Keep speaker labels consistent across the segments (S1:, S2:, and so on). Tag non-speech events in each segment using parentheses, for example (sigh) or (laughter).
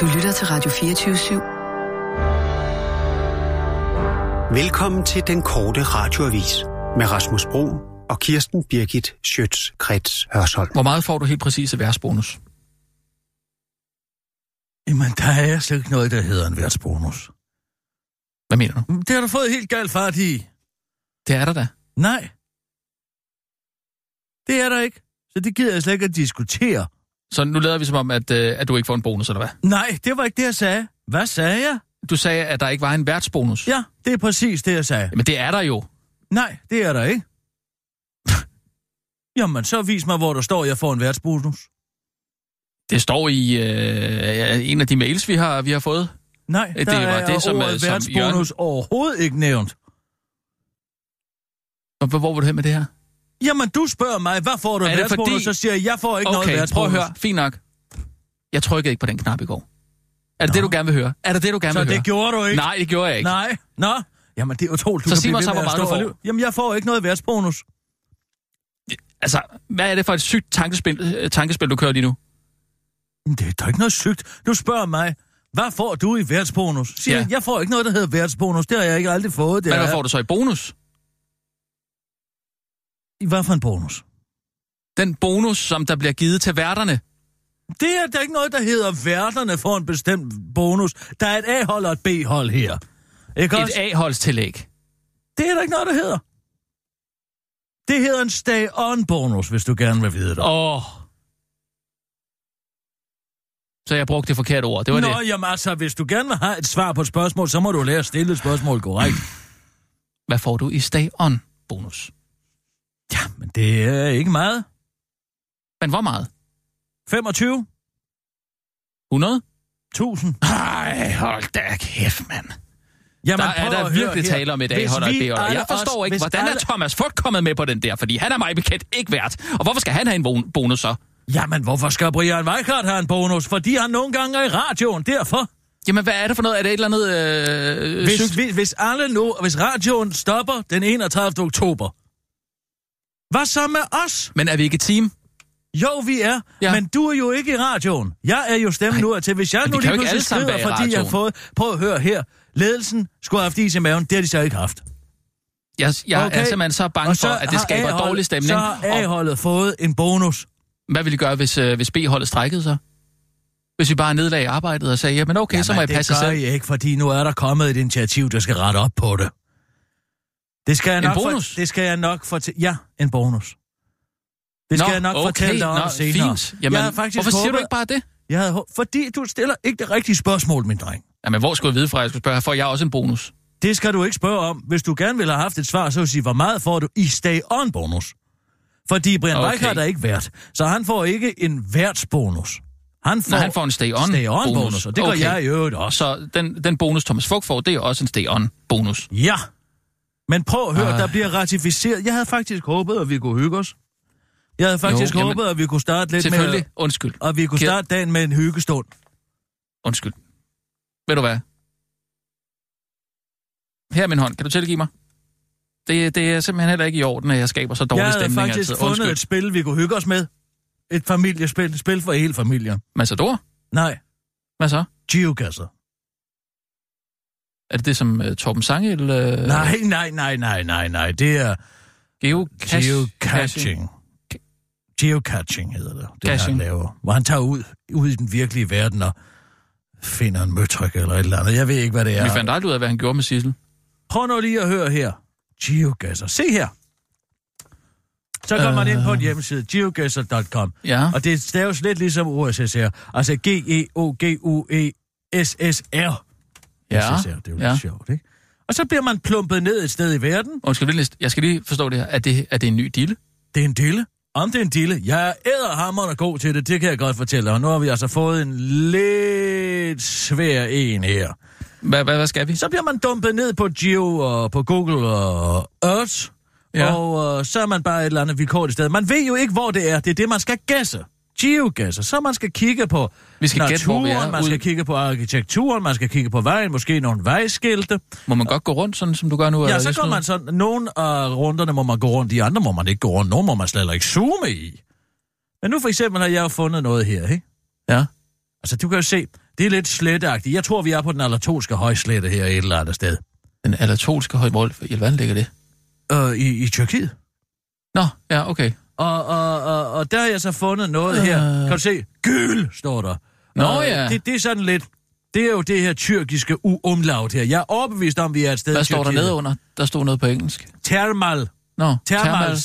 S1: Du lytter til Radio 24
S2: Velkommen til den korte radioavis med Rasmus Bro og Kirsten Birgit Schøtz-Krets Hørsholm.
S3: Hvor meget får du helt præcis af værtsbonus?
S4: Jamen, der er slet ikke noget, der hedder en værtsbonus.
S3: Hvad mener du?
S4: Det har du fået helt galt fart i.
S3: Det er der da.
S4: Nej. Det er der ikke. Så det gider jeg slet ikke at diskutere.
S3: Så nu lader vi som om, at, øh, at du ikke får en bonus, eller hvad?
S4: Nej, det var ikke det, jeg sagde. Hvad sagde jeg?
S3: Du sagde, at der ikke var en værtsbonus.
S4: Ja, det er præcis det, jeg sagde.
S3: Men det er der jo.
S4: Nej, det er der ikke. (laughs) Jamen, så vis mig, hvor der står, at jeg får en værtsbonus.
S3: Det står i øh, en af de mails, vi har, vi har fået.
S4: Nej,
S3: Det
S4: der det
S3: var
S4: er
S3: det,
S4: det,
S3: som,
S4: som,
S3: øh,
S4: ordet
S3: som
S4: værtsbonus overhovedet ikke nævnt.
S3: Og hvor- hvor var du hen med det her?
S4: Jamen, du spørger mig, hvad får du
S3: Er
S4: en
S3: det
S4: værtsbonus?
S3: fordi-
S4: Så siger jeg, jeg får ikke noget
S3: Okay, prøv at
S4: værtsbonus.
S3: høre. Fint nok. Jeg trykkede ikke på den knap i går. Er det det, du gerne vil høre? Er det det, du gerne
S4: Så
S3: vil høre?
S4: det gjorde du ikke?
S3: Nej, det gjorde jeg ikke.
S4: Nej. Nå. Jamen, det er utroligt, du
S3: Så
S4: kan
S3: sig
S4: blive
S3: mig
S4: ved
S3: så,
S4: med
S3: hvor
S4: at
S3: meget du
S4: stå
S3: får.
S4: og- Jamen, jeg får ikke noget værtsbonus.
S3: Altså, hvad er det for et sygt tankespil, øh, tankespil du kører lige nu?
S4: Men Det er da ikke noget sygt. Du spørger mig, hvad får du i værtsbonus? Siger,
S3: Ja.
S4: ja. jeg får ikke noget, der hedder værtsbonus. Det har jeg ikke aldrig fået. Det
S3: Men
S4: har
S3: hvad
S4: jeg-
S3: får du så i bonus?
S4: I hvad for en bonus?
S3: Den bonus, som der bliver givet til værterne.
S4: Det er da ikke noget, der hedder, værterne får en bestemt bonus. Der er et A-hold og et B-hold her. Ikke
S3: Et
S4: også?
S3: A-holdstillæg.
S4: Det er der ikke noget, der hedder. Det hedder en stay-on-bonus, hvis du gerne vil vide det.
S3: Åh. Oh. Så jeg brugte det forkerte ord. Det var
S4: Nå,
S3: det.
S4: jamen altså, hvis du gerne vil have et svar på et spørgsmål, så må du lære at stille et spørgsmål korrekt.
S3: Hvad får du i stay-on-bonus?
S4: Men det er ikke meget.
S3: Men hvor meget?
S4: 25?
S3: 100?
S4: 1000?
S3: Nej, hold da kæft, mand.
S4: Jamen,
S3: Der er
S4: prøv
S3: der
S4: at høre
S3: virkelig
S4: her.
S3: tale om et
S4: Hvis
S3: A-hold og et
S4: vi
S3: B-hold.
S4: alle
S3: Jeg forstår
S4: os-
S3: ikke,
S4: hvis
S3: hvordan er
S4: alle-
S3: Thomas Fugt kommet med på den der? Fordi han er mig bekendt ikke vært. Og hvorfor skal han have en bon- bonus så?
S4: Jamen, hvorfor skal Brian Weikart have en bonus? Fordi han nogle gange er i radioen, derfor.
S3: Jamen, hvad er det for noget? Er det et eller andet... Øh,
S4: Hvis,
S3: sygt?
S4: vi, hvis alle nu, hvis radioen stopper den 31. oktober, hvad så med os?
S3: Men er vi ikke et team?
S4: Jo, vi er,
S3: Ja.
S4: ja. men du er jo ikke i radioen. Jeg er jo stemmen nu til. Hvis jeg
S3: men vi
S4: nu
S3: kan jo
S4: lige
S3: ikke alle
S4: pludselig
S3: sammen
S4: skriver,
S3: være i
S4: fordi jeg har
S3: radioen.
S4: fået... Prøv at høre her. Ledelsen skulle have haft is i maven. Det har de så ikke haft.
S3: Jeg, jeg okay. er
S4: Okay.
S3: simpelthen så bange
S4: Og
S3: for, at det
S4: har
S3: skaber
S4: A-holdet-
S3: dårlig stemning.
S4: Så har
S3: Og
S4: A-holdet fået en bonus.
S3: hvad ville I gøre, hvis, øh, hvis B-holdet strækkede så? Hvis vi bare nedlagde arbejdet og sagde, jamen okay, jamen, så må jeg
S4: det
S3: passe
S4: gør
S3: selv.
S4: I ikke, fordi nu er der kommet et initiativ, der skal rette op på det. Det skal jeg
S3: En
S4: nok
S3: bonus?
S4: For, det skal jeg nok fortælle... Ja, en bonus. Det skal
S3: Nå,
S4: jeg nok
S3: okay,
S4: fortælle dig om
S3: nå,
S4: senere.
S3: Fint. Jamen,
S4: jeg har faktisk
S3: hvorfor siger du
S4: håbet-
S3: ikke bare det?
S4: Jeg havde, hå- fordi du stiller ikke det rigtige spørgsmål, min dreng.
S3: Jamen, hvor skulle jeg vide fra, at jeg skulle spørge? Får jeg også en bonus?
S4: Det skal du ikke spørge om. Hvis du gerne ville have haft et svar, så vil sige, hvor meget får du i stay-on-bonus? Fordi Brian
S3: Okay.
S4: okay. Reichardt er ikke vært, så han får ikke en værtsbonus. Han får,
S3: Når han får en stay-on
S4: stay-on-bonus, og det gør
S3: Okay.
S4: jeg i øvrigt også.
S3: Så den, den bonus, Thomas Fugt får, det er også en stay-on-bonus.
S4: Ja. Men prøv at høre,
S3: Ej.
S4: der bliver ratificeret. Jeg havde faktisk håbet, at vi kunne hygge os. Jeg havde faktisk
S3: Jo,
S4: jo,
S3: jamen,
S4: håbet, at vi kunne starte lidt med...
S3: Selvfølgelig. Undskyld.
S4: Og vi kunne
S3: Kjeld.
S4: starte dagen med en hyggestund.
S3: Undskyld. Ved du hvad? Her er min hånd. Kan du tilgive mig? Det, det er simpelthen heller ikke i orden, at jeg skaber så dårlig
S4: Jeg havde
S3: stemning
S4: faktisk
S3: altid.
S4: fundet
S3: Undskyld.
S4: et spil, vi kunne hygge os med. Et familiespil. Et spil for hele familien.
S3: Massador?
S4: Nej,
S3: Hvad så?
S4: geogasser.
S3: Er det det, som uh, Torben Sangel... Uh,
S4: Øh. Nej, nej, nej, nej, nej, nej. Det er
S3: Geocaching.
S4: geocaching. Geocaching hedder det. Det er,
S3: Caching.
S4: han laver. Hvor han tager ud, ud i den virkelige verden og finder en møtryk eller et eller andet. Jeg ved ikke, hvad det er.
S3: Vi fandt aldrig ud af, hvad han gjorde med Sissel.
S4: Prøv nu lige at høre her. Geogasser. Se her. Så kommer man
S3: Øh.
S4: ind på en hjemmeside, geogasser.com,
S3: Ja.
S4: og det staves lidt ligesom OSSR. Altså E G-E-O-G-U-E-S-S-R.
S3: Ja.
S4: SSR, det er jo lidt
S3: Ja.
S4: sjovt, ikke? Og så bliver man plumpet ned et sted i verden.
S3: Undskyld, vent lidt. jeg skal lige forstå det her. Er det, er det en ny dille?
S4: Det er en dille. Om det er en dille. Jeg er æderhammerende god til det, det kan jeg godt fortælle. Og nu har vi altså fået en lidt svær en her.
S3: Hvad, hvad, hvad skal vi?
S4: Så bliver man dumpet ned på Geo og på Google og Earth.
S3: Ja.
S4: Ja. Og øh, så er man bare et eller andet vilkårligt sted. Man ved jo ikke, hvor det er. Det er det, man skal gæsse. Geogasser. Så man skal kigge på
S3: Vi skal gætte, hvor
S4: naturen,
S3: vi er,
S4: man
S3: ud-
S4: skal kigge på arkitekturen, man skal kigge på vejen, måske nogle vejskilte.
S3: Må man godt gå rundt, sådan som du gør nu?
S4: Ja,
S3: eller
S4: så
S3: lidt
S4: går
S3: sådan
S4: man sådan... Nogle af runderne må man gå rundt i, andre må man ikke gå rundt. Nogle må man slet ikke zoome i. Men nu for eksempel har jeg jo fundet noget her, ikke?
S3: noget? Ja.
S4: Altså, du kan jo se, Det er lidt sletagtigt. Jeg tror, vi er på den alatolske højslette her et eller andet sted.
S3: Den anatolske højmål, i hvordan ligger det?
S4: Øh, i, I Tyrkiet.
S3: Nå, ja, okay.
S4: Og, og, og, og der har jeg så fundet noget her. Kan du se? Gyl, står der.
S3: Øh. Nå
S4: Og
S3: ja.
S4: Det, det er sådan lidt... Det er jo det her tyrkiske uumlaut her. Jeg er overbevist om, vi er et sted
S3: Hvad
S4: i
S3: står der
S4: Tyrkiet.
S3: nede under? Der stod noget på engelsk.
S4: Thermal.
S3: Nå,
S4: Thermal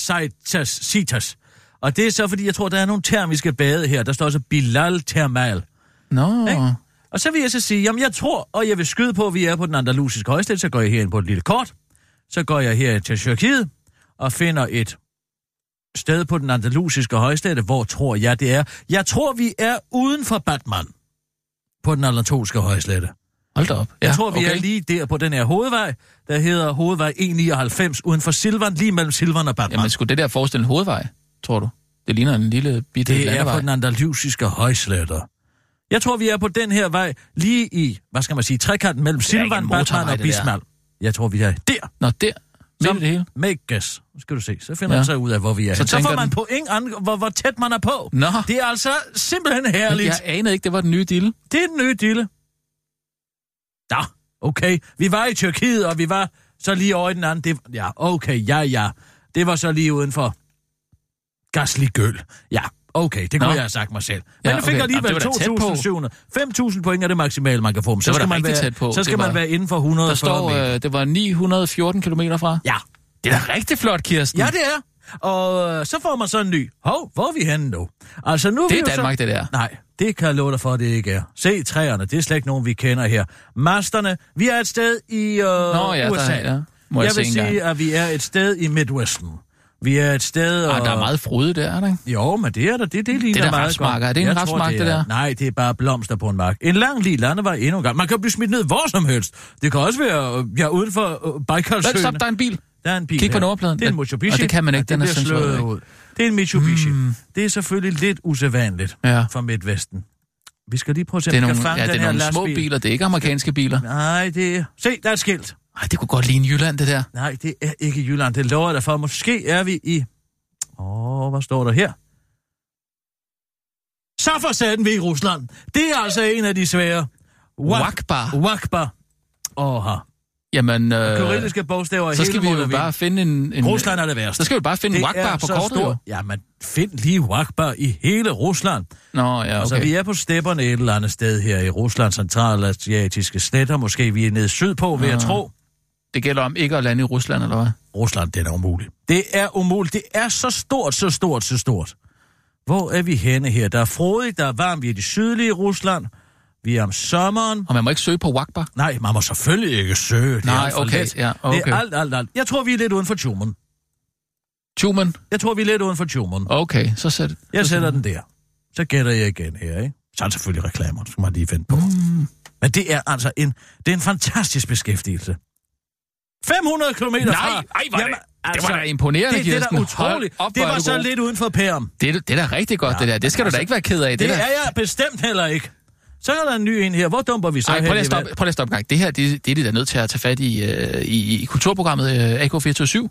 S4: Citas. citas. Og det er så, fordi jeg tror, der er nogle termiske bade her. Der står også Bilal Thermal.
S3: Nå,
S4: Ikke? Og så vil jeg så sige, jamen jeg tror, og jeg vil skyde på, at vi er på den andalusiske højsted, så går jeg herind på et lille kort, så går jeg her til Tyrkiet og finder et sted på den andalusiske højsted, hvor tror jeg det er. Jeg tror, vi er uden for Batman på den andalusiske højslette.
S3: hold da op.
S4: Jeg tror, vi er lige der på den her hovedvej, der hedder hovedvej E99 uden for Silvan, lige mellem Silvan og Batman.
S3: Jamen, skulle det der forestille en hovedvej, tror du? Det ligner en lille bitte
S4: Det er
S3: landevej.
S4: på den andalusiske højsletter. Jeg tror, vi er på den her vej, lige i, hvad skal man sige, trekanten mellem
S3: er ikke
S4: Silvan,
S3: en
S4: Batman
S3: motorvej,
S4: og
S3: det der.
S4: Bismarck. Jeg tror, vi er der.
S3: Nå, der. Midt i det hele.
S4: Make guess. Nu skal du se. Så finder
S3: Ja.
S4: ja. så ud af, hvor vi er.
S3: Så
S4: Så, så
S3: tænker
S4: får man
S3: den-
S4: point an, hvor, hvor tæt man er på.
S3: Nå.
S4: Det er altså simpelthen
S3: Men
S4: herligt.
S3: Jeg anede ikke, det var den nye dille.
S4: Det er den nye dille. Da, okay. Vi var i Tyrkiet, og vi var så lige over i den anden. Det, ja, okay, ja, ja. Det var så lige uden for gaslig gøl. Ja, okay, det kunne
S3: Nå.
S4: jeg have sagt mig selv. Men
S3: Ja,
S4: ja, okay. fik
S3: okay.
S4: alligevel
S3: Jamen, det var da tæt på.
S4: 2.700. 5.000 point er det maksimale, man kan få. Men så
S3: var
S4: skal,
S3: da
S4: man
S3: rigtig
S4: være,
S3: tæt på.
S4: så skal
S3: Det
S4: man
S3: var-
S4: være inden for 100
S3: Der står,
S4: meter.
S3: øh, det var 914 km fra.
S4: Ja,
S3: Det er da rigtig flot, Kirsten.
S4: ja, det er. Og øh, så får man så en ny. Hov, hvor er vi henne nu? Altså, nu er
S3: Det
S4: vi
S3: er
S4: jo så...
S3: Danmark, det der.
S4: Nej, det kan jeg love dig for, at det ikke er. Se træerne, det er slet ikke nogen, vi kender her. Masterne, vi er et sted i øh,
S3: Nå ja,
S4: USA.
S3: der, ja. Må jeg,
S4: jeg
S3: se
S4: vil
S3: en
S4: sige,
S3: gang.
S4: at vi er et sted i Midwesten. Vi er et sted...
S3: Ah, der er meget frode der, er der ikke?
S4: Jo, men det er der. Det, det,
S3: Det
S4: ligner
S3: er da
S4: meget
S3: rapsmarker.
S4: godt.
S3: Er det en
S4: Jeg tror,
S3: rapsmark, det
S4: er-
S3: der?
S4: Nej, det er bare blomster på en mark. En lang lige landevej endnu en gang. Man kan blive smidt ned hvor som helst. Det kan også være, øh, jeg er uden for øh,
S3: Hvad,
S4: Baikalsøen.
S3: stop, der er en bil.
S4: Der er en bil
S3: Kig på
S4: her.
S3: nummerpladen.
S4: Det er en
S3: Ja,
S4: Mitsubishi.
S3: og det kan man ikke,
S4: og
S3: den er
S4: bliver
S3: censureret,
S4: slået
S3: ikke? Hmm.
S4: ud. Det er en Mitsubishi. Mm. Det er selvfølgelig lidt usædvanligt
S3: Ja.
S4: for Midtvesten. Vi skal lige prøve at se, om
S3: Det er
S4: vi kan
S3: nogle,
S4: fange
S3: ja, det
S4: den
S3: er
S4: her
S3: nogle små
S4: lastbil.
S3: biler, det er ikke amerikanske biler.
S4: Nej, det er... Se, der er et skilt.
S3: Ej, det kunne godt ligne Jylland, det der.
S4: Nej, det er ikke Jylland. Det lover jeg dig for. Måske er vi i... Åh, oh, hvad står der her? Så for satan vi er i Rusland. Det er altså en af de svære. Wak-
S3: Wakbar.
S4: Wakbar. Åh, her.
S3: Jamen, øh,
S4: Kyrilliske bogstaver. i
S3: så
S4: hele
S3: skal vi jo
S4: molevitten.
S3: bare finde en... en
S4: Rusland er det værste.
S3: Så skal vi bare finde en wakbar på kortet. jo.
S4: Ja, men find lige wakbar i hele Rusland. Okay.
S3: Nå, ja,
S4: Altså, vi
S3: okay.
S4: er på stepperne et eller andet sted her i Rusland, centralasiatiske sletter. Måske vi er nede sydpå, vil
S3: Ah.
S4: jeg tro.
S3: Det gælder om ikke at lande i Rusland, eller hvad?
S4: Rusland, det er da umuligt. Det er umuligt. Det er så stort, så stort, så stort. Hvor er vi henne her? Der er frodigt, der er varmt. Vi er i det sydlige Rusland. Vi er om sommeren.
S3: Og man må ikke søge på wakbar.
S4: Nej, man må selvfølgelig ikke søge. Det er
S3: Nej,
S4: alt for
S3: okay,
S4: let.
S3: ja,
S4: Det
S3: okay.
S4: er alt, alt, alt. Jeg tror, vi er lidt uden for tjumen.
S3: Tumen.
S4: Jeg tror, vi er lidt uden for tjumen.
S3: Okay, så sæt.
S4: Jeg sætter den der. Så gætter jeg igen her, ikke? Så er der selvfølgelig reklamer, skal man lige finde på. Mm. Men det er altså en, det er en fantastisk beskæftigelse. 500 km
S3: Nej,
S4: fra... altså,
S3: ej, hvor er det- det var da imponerende,
S4: det, det er da
S3: Kirsten. Hold
S4: utroligt.
S3: op, hvor
S4: det
S3: er
S4: var
S3: du
S4: så
S3: god.
S4: lidt uden for Perm. Det,
S3: Det, er- det er da rigtig godt, ja, det der. Det skal du da ikke være ked af. Det,
S4: det
S3: det
S4: er
S3: der.
S4: jeg bestemt heller ikke. Så er der en ny en her. Hvor dumper vi så
S3: Ej,
S4: hen
S3: prøv lige
S4: i
S3: at stoppe,
S4: verden?
S3: prøv lige at stoppe en gang. Det her, det, det er de da nødt til at tage fat i, øh, i, i kulturprogrammet øh, AK427.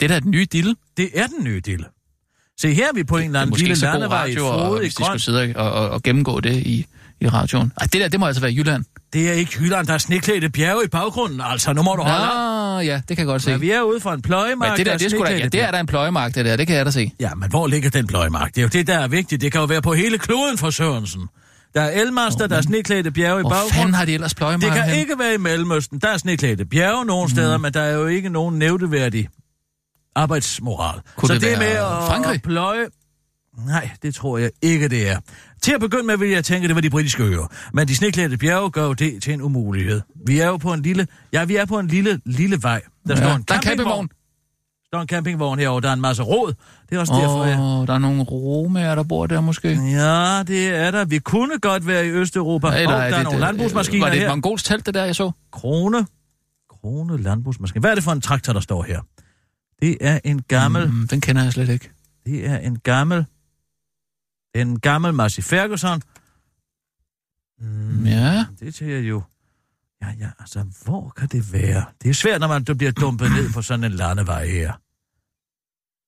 S3: Det der er den nye dille.
S4: Det er den nye dille. Se, her er vi på en eller
S3: Det er
S4: anden
S3: måske
S4: lille
S3: ikke så god
S4: landevej i
S3: radio, og,
S4: Frode i
S3: hvis de
S4: grøn.
S3: skulle sidde og, og, og gennemgå det i, i radioen. Ej, det der, det må altså være Jylland.
S4: Det er ikke Jylland, der er sneklædte bjerge i baggrunden. Altså, nu må du holde op.
S3: Nå, Ah, ja, det kan jeg godt se.
S4: Ja, vi er ude for en pløjemark.
S3: Men det der, det er sgu da, ja,
S4: sneklædte
S3: det er der en pløjemark, det der. Det kan jeg da se.
S4: Ja, men hvor ligger den pløjemark? Det er jo det, der er vigtigt. Det kan jo være på hele kloden for Sørensen. Der er elmaster, oh, der er sneklædte bjerge i
S3: Hvor fanden
S4: baggrunden.
S3: har de ellers pløjemark
S4: Det kan
S3: hen?
S4: ikke være i Mellemøsten. Der er sneklædte bjerge nogle mm. steder, men der er jo ikke nogen nævneværdig arbejdsmoral.
S3: Kunne
S4: Så
S3: det
S4: det,
S3: være
S4: med at
S3: Frankrig?
S4: pløje... Nej, det tror jeg ikke, det er. Til at begynde med ville jeg tænke, at det var de britiske øer. Men de sneklædte bjerge gør jo det til en umulighed. Vi er jo på en lille... Ja, vi er på en lille, lille vej. Der står
S3: Ja,
S4: en
S3: der er en
S4: campingvogn.
S3: campingvogn.
S4: Der er en campingvogn herovre, der er en masse råd. Det er også oh. derfor, jeg...
S3: Åh, oh, der er nogle romager, der bor der måske.
S4: Ja, det er der. Vi kunne godt være i Østeuropa. Eller, og der er,
S3: det-
S4: nogle
S3: det-
S4: landbrugsmaskiner
S3: Var det et
S4: her.
S3: mongolsk telt, det der, jeg så?
S4: Krone. Krone landbrugsmaskine. Hvad er det for en traktor, der står her? Det er en gammel... Mm.
S3: Mm, den kender jeg slet ikke.
S4: Det er en gammel... En gammel Massey Ferguson.
S3: Mm. Ja,
S4: Det siger jeg jo... Ja, ja, altså, hvor kan det være? Det er svært, når man bliver dumpet ned på sådan en landevej her.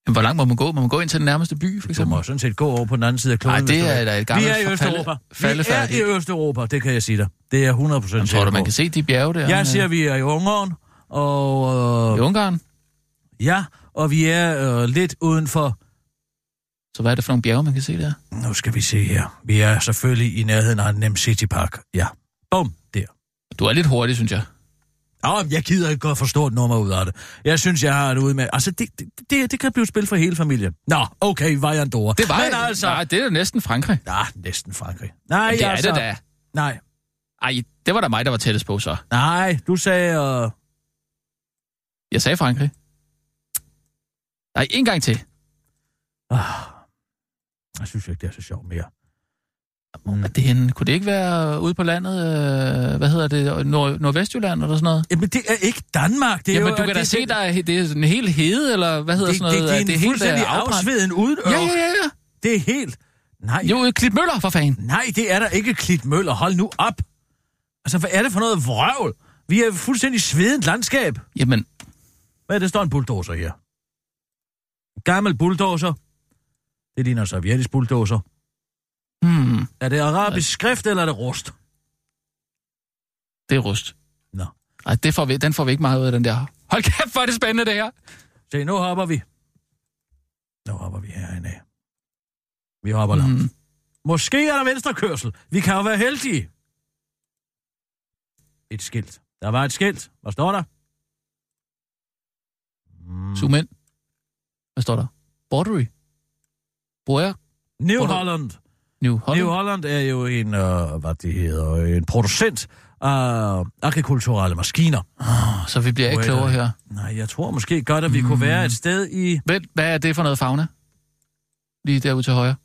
S3: Jamen, hvor langt må man gå? Må man gå ind til den nærmeste by, for
S4: Du
S3: eksempel?
S4: må sådan set gå over på den anden side af kloden.
S3: Nej,
S4: hvis
S3: det
S4: du
S3: er
S4: vil.
S3: da et gammelt
S4: Vi er i
S3: falde-
S4: Østeuropa. Vi
S3: faldefærdigt.
S4: er i Østeuropa, det kan jeg sige dig. Det er 100 procent
S3: Jamen, tror du, man kan se de bjerge der?
S4: Jeg
S3: Men,
S4: siger,
S3: øh,
S4: vi er i Ungarn, og...
S3: I
S4: Øh,
S3: Ungarn?
S4: ja, og vi er øh, lidt uden for...
S3: Så hvad er det for nogle bjerge, man kan se der?
S4: Nu skal vi se her. Vi er selvfølgelig i nærheden af Nem City Park. Ja. Bum, der.
S3: Du er lidt hurtig, synes jeg.
S4: Åh, men jeg gider ikke godt for stort nummer ud af det. Jeg synes, jeg har et ud med... Altså, det, det, det, det kan blive et spil for hele familien. Nå, okay, var jeg en dår.
S3: Det var
S4: Men altså...
S3: Nej,
S4: Nej.
S3: det er jo næsten Frankrig.
S4: Nå, næsten Frankrig. Nej,
S3: Jamen, det er
S4: altså...
S3: det da.
S4: Nej,
S3: Ej, det var da mig, der var tættest på, så.
S4: nej, du sagde... Øh...
S3: Jeg sagde Frankrig. Nej, en gang til.
S4: Ah, jeg synes ikke, det er så sjovt mere.
S3: Er det henne? Kunne det ikke være ude på landet, øh, hvad hedder det, Nord- Nordvestjylland eller sådan noget?
S4: Jamen, det er ikke Danmark. Det er
S3: Jamen,
S4: jo,
S3: du kan
S4: det,
S3: da
S4: det,
S3: se, der er, det er sådan helt hede, eller hvad hedder
S4: det,
S3: sådan noget?
S4: det, det, er en det
S3: helt, øh,
S4: fuldstændig
S3: afbrændt?
S4: afsveden uden
S3: Ja, ja, ja, ja.
S4: Det er helt... Nej,
S3: Jo, øh, Klitmøller Møller, for fanden.
S4: nej, det er der ikke, Klit Møller. Hold nu op. Altså, hvad er det for noget vrøvl? Vi er et fuldstændig svedent landskab.
S3: Jamen,
S4: Hvad er det, står en bulldozer her? En gammel bulldozer. Det ligner en sovjetisk bulldozer.
S3: hmm,
S4: Er det arabisk skrift, eller er det rust?
S3: det er rust.
S4: Nå.
S3: Ej, det får vi, den får vi ikke meget ud af, den der. Hold kæft, hvor er det spændende, det her.
S4: Se, nu hopper vi. Nu hopper vi herinde af. Vi hopper langt.
S3: Mm.
S4: Måske er der venstrekørsel. Vi kan jo være heldige. Et skilt. Der var et skilt. Hvad står der? Mm.
S3: Zoom ind. Hvad står der? Bordery. Boyer.
S4: New
S3: Hvor er der-
S4: Holland.
S3: New
S4: New
S3: Holland.
S4: Holland er jo en, øh, hvad det hedder, en producent af agrikulturelle maskiner.
S3: Åh, Så vi bliver ikke
S4: Boyer.
S3: klogere her.
S4: Nej, jeg tror måske godt, at vi mm. kunne være et sted i...
S3: Vent, hvad er det for noget fauna? Lige derude til højre.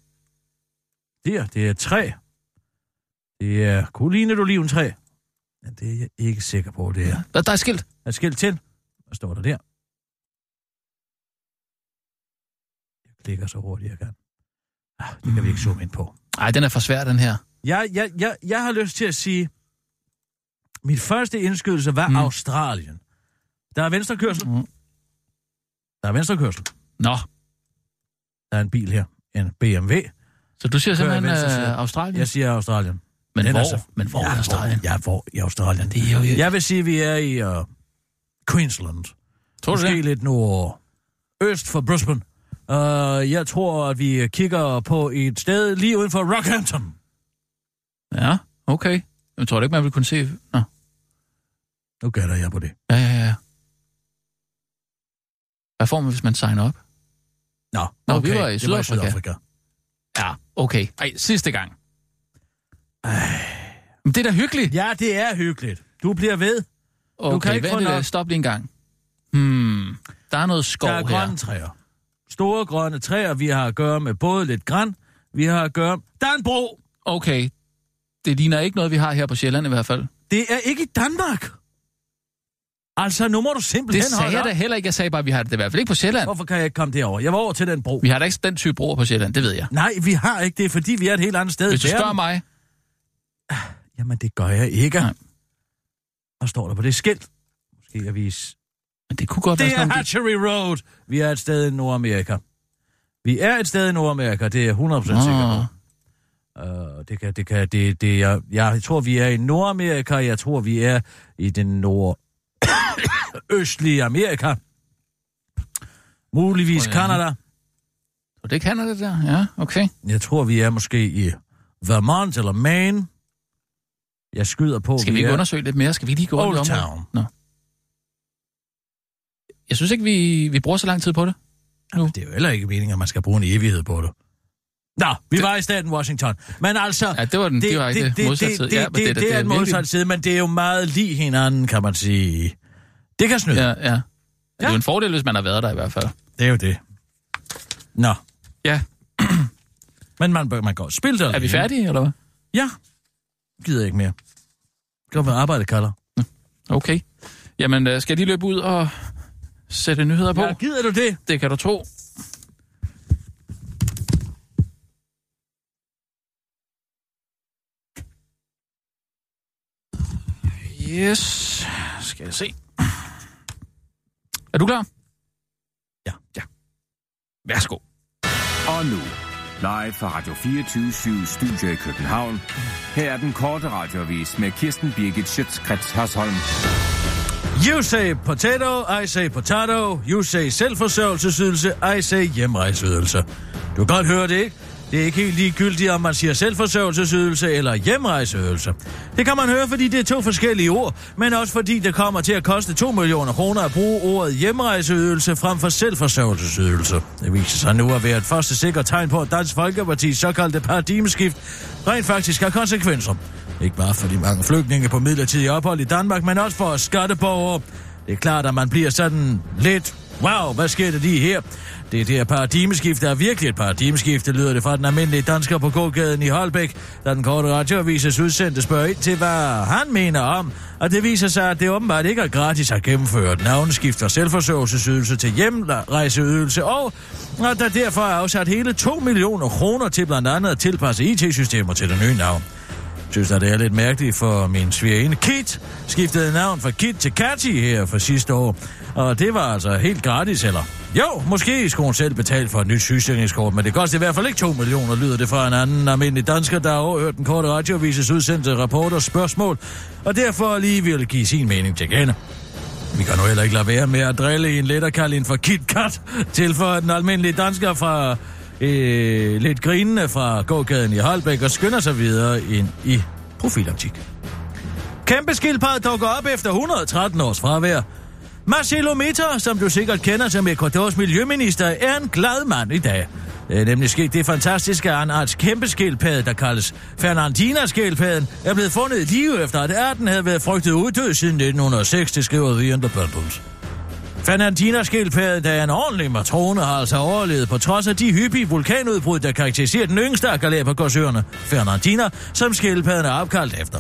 S4: Der, det er et træ. Det er... Kunne ligne et oliventræ? Ja, det er jeg ikke sikker på, det er.
S3: Der, der er et skilt.
S4: Er et skilt til? Hvad står der der? Jeg klikker så hurtigt, jeg kan. Ah, det kan vi ikke zoome ind på.
S3: Ej, den er for svær, den her.
S4: Jeg, jeg, jeg, jeg har lyst til at sige, mit første indskydelse var
S3: Mm.
S4: mm. Australien. Der er venstrekørsel.
S3: Mm.
S4: Mm. Der er venstrekørsel.
S3: Nå,
S4: Der er en bil her. En BMW.
S3: så du siger
S4: Kører
S3: simpelthen
S4: i venstre side.
S3: øh, Australien?
S4: Jeg siger Australien.
S3: men,
S4: Den
S3: hvor,
S4: er så-
S3: men hvor
S4: ja,
S3: er Australien?
S4: Hvor, ja, hvor i Australien.
S3: Det er jo...
S4: Jeg vil sige, at vi er i uh, Queensland.
S3: Tror du
S4: Måske
S3: det?
S4: lidt nord øst for Brisbane. Uh, jeg tror, at vi kigger på et sted lige uden for Rockhampton.
S3: Ja, okay. Jeg tror du ikke, man vil kunne se... Nå.
S4: Nu gætter jeg på det.
S3: Ja, ja, ja. Hvad får man, hvis man signer op?
S4: Nå,
S3: Nå, vi var i
S4: det
S3: Sydafrika.
S4: Sydafrika.
S3: Ja, okay. Ej, sidste gang. Men det er da hyggeligt.
S4: Ja, det er hyggeligt. Du bliver ved.
S3: Okay, du
S4: kan
S3: kan
S4: ikke
S3: ikke
S4: få
S3: hvad er
S4: nok.
S3: det? Stop lige en gang. Hmm, der er noget skov
S4: Der er
S3: her.
S4: grønne træer. Store grønne træer. Vi har at gøre med både lidt græn. Vi har at gøre... Der er en bro.
S3: Okay, det ligner ikke noget, vi har her på Sjælland i hvert fald.
S4: Det er ikke i Danmark. Altså, nu må du
S3: Det
S4: simpelthen
S3: sagde
S4: holde
S3: jeg da
S4: op.
S3: heller ikke. Jeg sagde bare, at vi har det, i hvert fald ikke på Sjælland.
S4: Hvorfor kan jeg ikke komme derover? Jeg var over til den bro.
S3: Vi har da ikke den type broer på Sjælland, det ved jeg.
S4: Nej, vi har ikke det, fordi vi er et helt andet sted.
S3: Hvis du
S4: i verden.
S3: spørger mig,
S4: Jamen, det gør jeg ikke.
S3: Nej.
S4: Hvad står der på det skilt? Måske jeg vise.
S3: men det kunne godt være
S4: Det
S3: sådan
S4: er
S3: noget.
S4: Hatchery Road. Vi er et sted i Nordamerika. Vi er et sted i Nordamerika, det er jeg 100% sikker på. Uh, det kan, det kan, det, det, jeg, jeg tror, vi er i Nordamerika, jeg tror, vi er i den nordøstlige Amerika. Muligvis
S3: Åh, ja. Nå,
S4: Kanada.
S3: det kan det der. Ja, okay.
S4: Jeg tror, vi er måske i Vermont eller Maine. Jeg skyder på,
S3: Skal vi ikke
S4: er
S3: undersøge lidt mere? Skal vi lige gå rundt
S4: Old
S3: om
S4: Town.
S3: Nå. Jeg synes ikke, vi, vi bruger så lang tid på det.
S4: Jamen, det er jo heller ikke meningen, at man skal bruge en evighed på det. Nå, vi det... var i staten Washington. Men altså...
S3: Ja, det var den direkte modsatte side.
S4: Det,
S3: Ja,
S4: det,
S3: men
S4: det,
S3: det er
S4: det,
S3: da-
S4: det
S3: det
S4: er
S3: er
S4: en
S3: virkelig-
S4: modsat side, men det er jo meget lige hinanden, kan man sige. Det kan snyde. Ja.
S3: Ja, ja. ja. Det er jo en fordel, hvis man har været der i hvert fald.
S4: Det er jo det. Nå,
S3: Ja.
S4: (clears throat) men man, bør- man går spil der.
S3: Er vi færdige, eller hvad?
S4: Ja. Gider ikke mere. Gør hvad arbejde kalder.
S3: Okay. Jamen, øh, skal jeg lige løbe ud og sætte nyheder på?
S4: Ja, gider du det?
S3: Det kan du tro. Yes, skal jeg se. Er du klar?
S4: Ja.
S3: ja. Værsgo.
S5: Og nu, live fra Radio 24 Studio i København. Her er den korte radiovis med Kirsten Birgit Schøtzgrads Hasholm.
S4: You say potato, I say potato. You say selvforsørgelsesydelse, I say hjemrejseydelse. Du kan godt høre det, ikke? Det er ikke helt ligegyldigt, om man siger selvforsørgelsesydelse eller hjemrejseydelse. Det kan man høre, fordi det er to forskellige ord, men også fordi det kommer til at koste 2 millioner kroner at bruge ordet hjemrejseydelse frem for selvforsørgelsesydelse. Det viser sig nu at være et første sikkert tegn på, at Dansk Folkeparti's såkaldte paradigmeskift rent faktisk har konsekvenser. Ikke bare for de mange flygtninge på midlertidig ophold i Danmark, men også for skatteborgere. Det er klart, at man bliver sådan lidt... Wow, hvad sker der lige her? Det der paradigmeskifte er virkelig et paradigmeskifte, lyder det fra den almindelige dansker på gågaden i Holbæk, da den korte radioavises udsendte spørger ind til, hvad han mener om, og det viser sig, at det åbenbart ikke er gratis at gennemføre et navneskift fra selvforsørgelsesydelse til hjemrejseydelse, og at der derfor er afsat hele 2 millioner kroner til blandt andet at tilpasse IT-systemer til det nye navn synes, at det er lidt mærkeligt, for min svigerinde Kit skiftede navn fra Kit til Katty her for sidste år. Og det var altså helt gratis, eller? Jo, måske skulle hun selv betale for et nyt sygesikringskort, men det koster i hvert fald ikke 2 millioner, lyder det fra en anden almindelig dansker, der har overhørt den korte radioavises udsendte rapporter spørgsmål, og derfor lige vil give sin mening til kende. Vi kan nu heller ikke lade være med at drille en letterkald fra Kit Kat til for den almindelige dansker fra øh, lidt grinende fra gågaden i Holbæk og skynder sig videre ind i profiloptik. Kæmpe skildpadde dukker op efter 113 års fravær. Marcelo Mitter, som du sikkert kender som Ecuadors miljøminister, er en glad mand i dag. Det er nemlig sket det fantastiske, at en arts kæmpe skildpadde, der kaldes Fernandina-skildpadden, er blevet fundet i live efter, at arten havde været frygtet uddød siden 1906, det skriver The Independent. Fernandina skildpadden, der er en ordentlig matrone, har altså overlevet på trods af de hyppige vulkanudbrud, der karakteriserer den yngste af Galapagosøerne, Fernandina, som skildpadden er opkaldt efter.